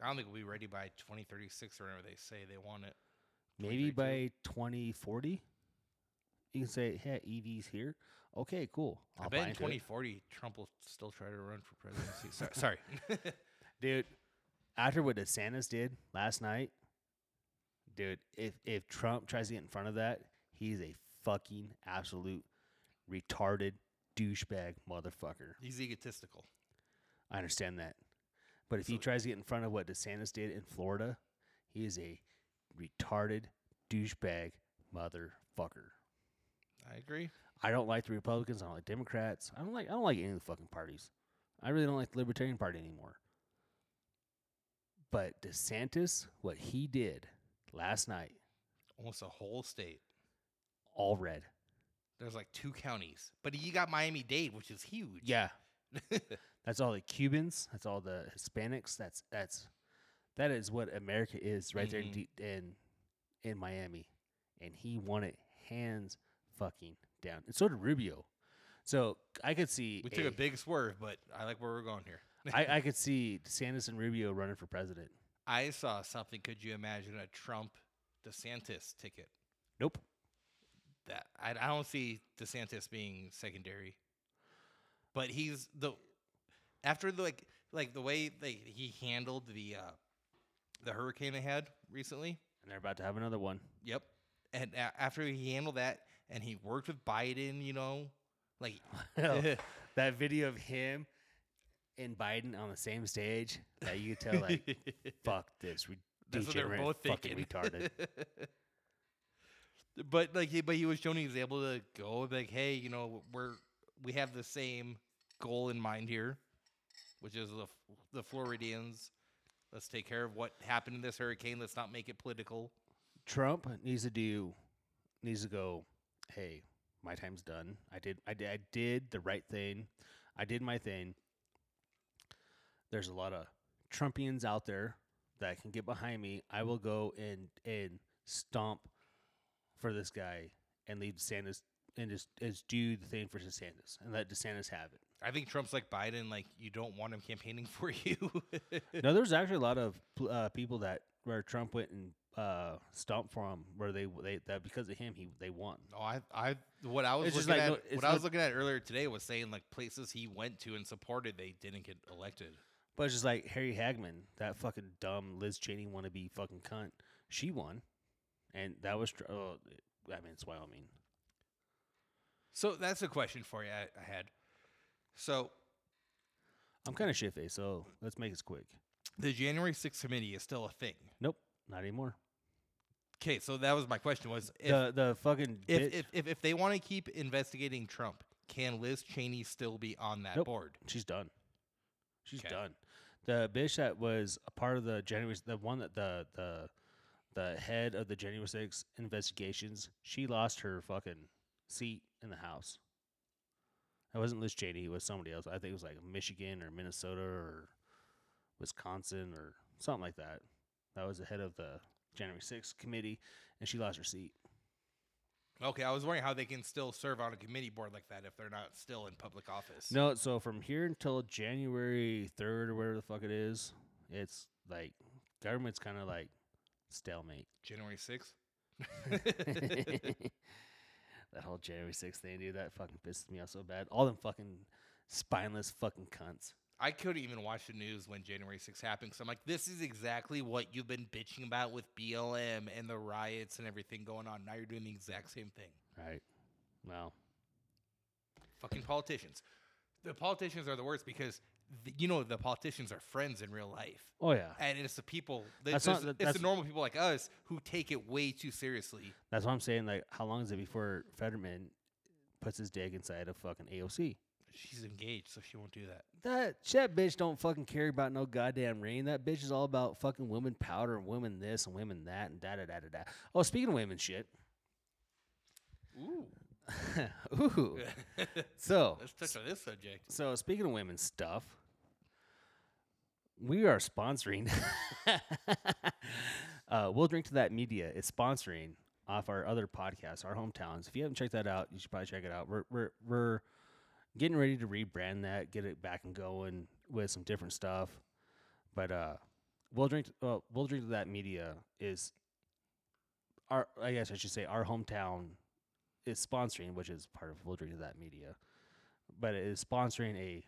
S2: I don't think we'll be ready by 2036 or whenever they say they want it.
S1: Maybe
S2: 2032.
S1: by 2040 you can say, "Hey, EV's here." Okay, cool.
S2: I
S1: I'll
S2: bet
S1: buy
S2: in
S1: into it.
S2: 2040, Trump will still try to run for presidency. So- Sorry.
S1: Dude, after what DeSantis did last night, dude, if if Trump tries to get in front of that, he's a fucking absolute retarded douchebag motherfucker.
S2: He's egotistical.
S1: I understand that. But if he
S2: So-
S1: tries to get in front of what DeSantis did in Florida, he is a retarded douchebag motherfucker.
S2: I agree.
S1: I don't like the Republicans. I don't like Democrats. I don't like I don't like any of the fucking parties. I really don't like the Libertarian Party anymore. But DeSantis, what he did last night,
S2: Almost a whole state.
S1: all red.
S2: There's like two counties, but you got Miami Dade, which is huge.
S1: Yeah. That's all the Cubans. That's all the Hispanics. That's that's that is what America is right there in
S2: Mhm.
S1: D there in in Miami, and he won it hands fucking down. And so did Rubio. So I could see
S2: we took a big swerve, but I like where we're going here.
S1: I, I could see DeSantis and Rubio running for president.
S2: I saw something. Could you imagine a Trump DeSantis ticket?
S1: Nope.
S2: That I, I don't see DeSantis being secondary, but he's the after the like like the way they he handled the uh, the hurricane they had recently.
S1: And they're about to have another one.
S2: Yep. And a- after he handled that, and he worked with Biden, you know, like
S1: that video of him and Biden on the same stage that you could tell like fuck this. We
S2: That's what they're
S1: degenerate
S2: both
S1: fucking
S2: thinking.
S1: retarded.
S2: but like, he, but he was showing he was able to go and be like, hey, you know, we're we have the same goal in mind here, which is the F- the Floridians. Let's take care of what happened in this hurricane. Let's not make it political.
S1: Trump needs to do needs to go. Hey, my time's done. I did. I did. I did the right thing. I did my thing. There's a lot of Trumpians out there that can get behind me. I will go and and stomp for this guy and leave DeSantis and just as do the thing for DeSantis and let DeSantis have it.
S2: I think Trump's like Biden, like you don't want him campaigning for you.
S1: no, there's actually a lot of pl- uh, people that where Trump went and uh, stomped for him, where they they that because of him he they won.
S2: No, I, I, what I was
S1: It's just
S2: looking
S1: like,
S2: at,
S1: no,
S2: what
S1: it's
S2: I was
S1: not-
S2: looking at earlier today was saying like places he went to and supported, they didn't get elected.
S1: But it's just like Harry Hagman, that fucking dumb Liz Cheney wannabe fucking cunt. She won, and that was tr- oh, I mean it's Wyoming.
S2: So that's a question for you. I, I had. So
S1: I'm kind of shit faced, so let's make this quick.
S2: the January 6th committee is still a thing.
S1: Nope, not anymore.
S2: Okay, so that was my question: was if
S1: the the fucking bitch,
S2: if, if, if, if they want to keep investigating Trump, can Liz Cheney still be on that
S1: Nope.
S2: board?
S1: she's done. She's
S2: 'Kay.
S1: done. The bitch that was a part of the January, the one that the the the head of the January 6 investigations, she lost her fucking seat in the House. It wasn't Liz Cheney; it was somebody else. I think it was like Michigan or Minnesota or Wisconsin or something like that. That was the head of the January 6th committee, and she lost her seat.
S2: Okay, I was wondering how they can still serve on a committee board like that if they're not still in public office.
S1: No, so from here until January third or whatever the fuck it is, it's like government's kind of like stalemate.
S2: January 6th?
S1: that whole January sixth thing, dude, that fucking pisses me off so bad. All them fucking spineless fucking cunts.
S2: I couldn't even watch the news when January 6th happened because I'm like, this is exactly what you've been bitching about with BLM and the riots and everything going on. Now you're doing the exact same thing.
S1: Right. Well,
S2: Fucking politicians. The politicians are the worst because, th- you know, the politicians are friends in real life.
S1: oh yeah,
S2: And it's the people, th-
S1: That's
S2: there's-
S1: not-
S2: it's the
S1: that's-
S2: normal people like us who take it way too seriously.
S1: that's what I'm saying. Like, how long is it before Fetterman puts his dick inside of fucking AOC?
S2: She's engaged, so she won't do that.
S1: That that bitch don't fucking care about no goddamn ring. That bitch is all about fucking women powder and women this and women that and da da da da da. Oh, speaking of women shit.
S2: Ooh.
S1: Ooh. So
S2: Let's touch on this subject.
S1: so speaking of women stuff, we are sponsoring. uh, we'll drink to that media is sponsoring off our other podcast, our hometowns. If you haven't checked that out, you should probably check it out. We're we're we're getting ready to rebrand that, get it back and going with some different stuff. But uh, we'll drink. Uh, we'll drink to that media is our. I guess I should say our hometown is sponsoring, which is part of we'll drink to that media but it is sponsoring a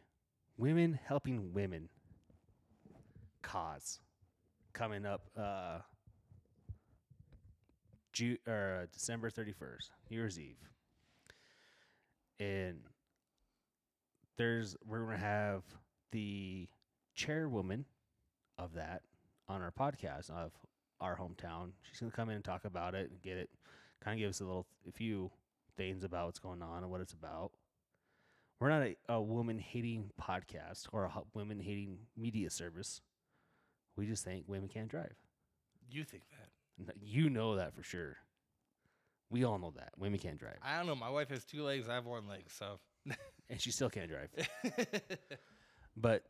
S1: women helping women cause coming up uh Ju- or uh, December 31st, New Year's Eve. And there's we're going to have the chairwoman of that on our podcast of our hometown. She's going to come in and talk about it and get it kind of give us a little a few things about what's going on and what it's about we're not a, a woman hating podcast or a women hating media service. We just think women can't drive.
S2: You think that?
S1: N- You know that for sure. We all know that women can't drive,
S2: I don't know. My wife has two legs. I have one leg, so.
S1: and she still can't drive. But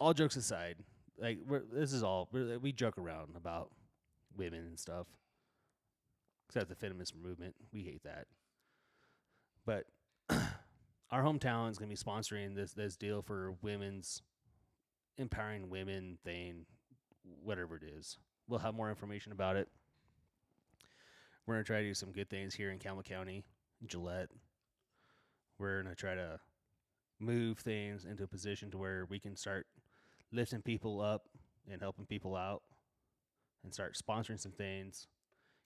S1: all jokes aside, like we're, this is all we're, we joke around about women and stuff. Except the feminist movement, we hate that. But our hometown is gonna be sponsoring this this deal for women's empowering women thing, whatever it is. We'll have more information about it. We're gonna try to do some good things here in Campbell County, Gillette. We're gonna try to move things into a position to where we can start lifting people up and helping people out and start sponsoring some things,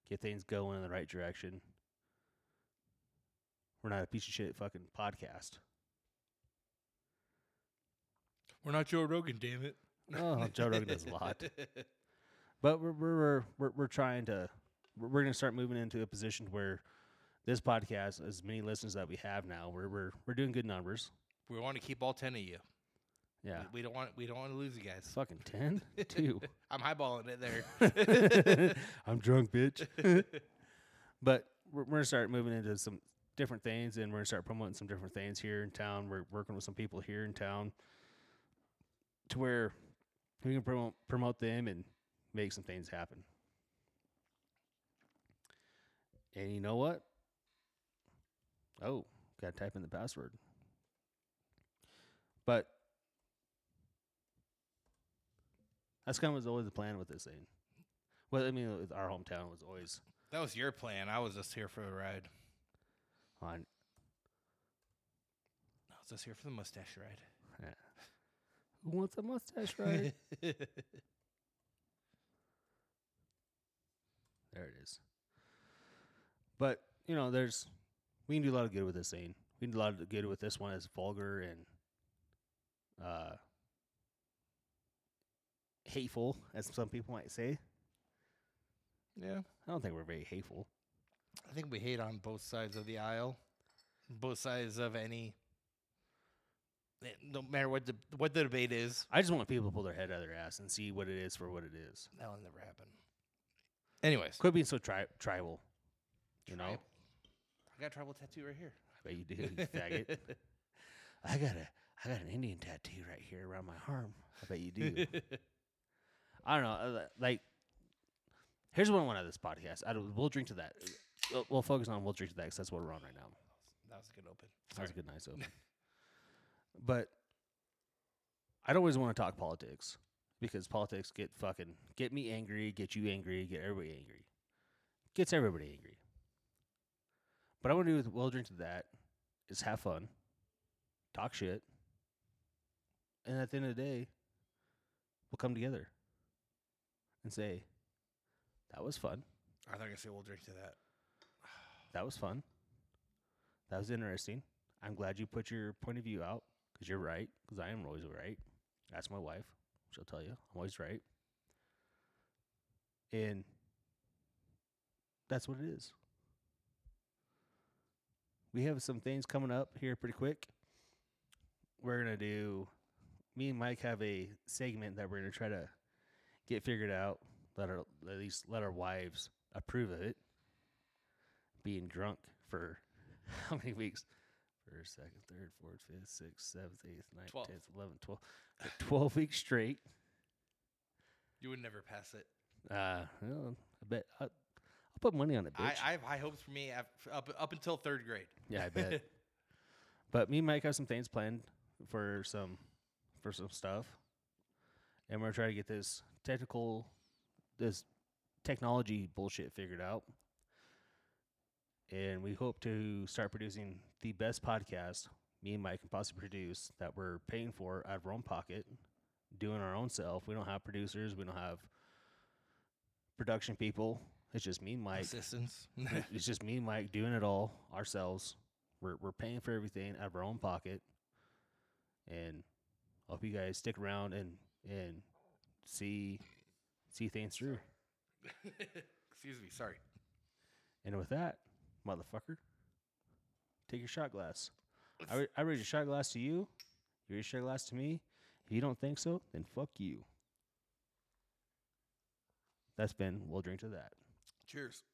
S1: get things going in the right direction. We're not a piece of shit fucking podcast.
S2: We're not Joe Rogan, damn it.
S1: Oh, Joe Rogan does a lot. But we're we're we're we're, we're trying to we're, we're going to start moving into a position where this podcast, as many listeners that we have now, we're we're we're doing good numbers.
S2: we want to keep all 10 of you.
S1: Yeah.
S2: We, we don't want we don't want to lose you guys.
S1: Fucking 10? 2.
S2: I'm highballing it there.
S1: I'm drunk, bitch. but we're, we're going to start moving into some different things and we're going to start promoting some different things here in town. We're working with some people here in town to where we can promote, promote them and make some things happen. And you know what? Oh, got to type in the password. But that's kind of was always the plan with this thing. Well, I mean, with our hometown was always
S2: that was your plan. I was just here for the ride.
S1: on.
S2: I was just here for the mustache ride.
S1: Who wants a mustache ride? there it is. But you know, there's we can do a lot of good with this thing. We can do a lot of good with this one as vulgar and uh, hateful, as some people might say.
S2: yeah.
S1: I don't think we're very hateful.
S2: I think we hate on both sides of the aisle, both sides of any. eh, No matter what the what the debate is,
S1: I just want people to pull their head out of their ass and see what it is for what it is.
S2: that'll never happen. Anyways,
S1: Quit being so tri- tribal. You know,
S2: Tribal. I got a tribal tattoo right here.
S1: I bet you do, you faggot. I got a I got an Indian tattoo right here around my arm. I bet you do. I don't know. uh, li- Like, here's what I want out of this podcast. I don't, we'll drink to that. We'll, we'll focus on we'll drink to that because that's what we're on right now.
S2: That was a good open.
S1: That's
S2: Sorry.
S1: a good nice open. but I'd always want to talk politics because politics get fucking get me angry, get you angry, get everybody angry, gets everybody angry. But I want to do with well drink to that is have fun, talk shit, and at the end of the day, we'll come together and say that was fun.
S2: I thought I say we'll drink to that.
S1: That was fun. That was interesting. I'm glad you put your point of view out because you're right. Because I am always right. That's my wife. She'll tell you I'm always right. And that's what it is. We have some things coming up here pretty quick. We're going to do, me and Mike have a segment that we're going to try to get figured out. Let our, at least let our wives approve of it being drunk for how many weeks? First, second, third, fourth, fifth, sixth, seventh, eighth, ninth,
S2: Twelve.
S1: tenth, eleventh, twelve. for Twelve weeks straight.
S2: You would never pass it.
S1: Uh, well, I bet I, I'll put money on it, bitch.
S2: I, I have high hopes for me af- up up until third grade.
S1: yeah, I bet. but me and Mike have some things planned for some for some stuff, and we're trying to get this technical this technology bullshit figured out. And we hope to start producing the best podcast me and Mike can possibly produce that we're paying for out of our own pocket, doing our own self. We don't have producers, we don't have production people. It's just me and Mike.
S2: Assistance.
S1: It- it's just me and Mike doing it all ourselves. We're we're paying for everything out of our own pocket, and I hope you guys stick around and and see see things through.
S2: Excuse me. Sorry.
S1: And with that, motherfucker, take your shot glass. I ra- I raise a shot glass to you. You raise a shot glass to me. If you don't think so, then fuck you. That's been we'll drink to that.
S2: Cheers.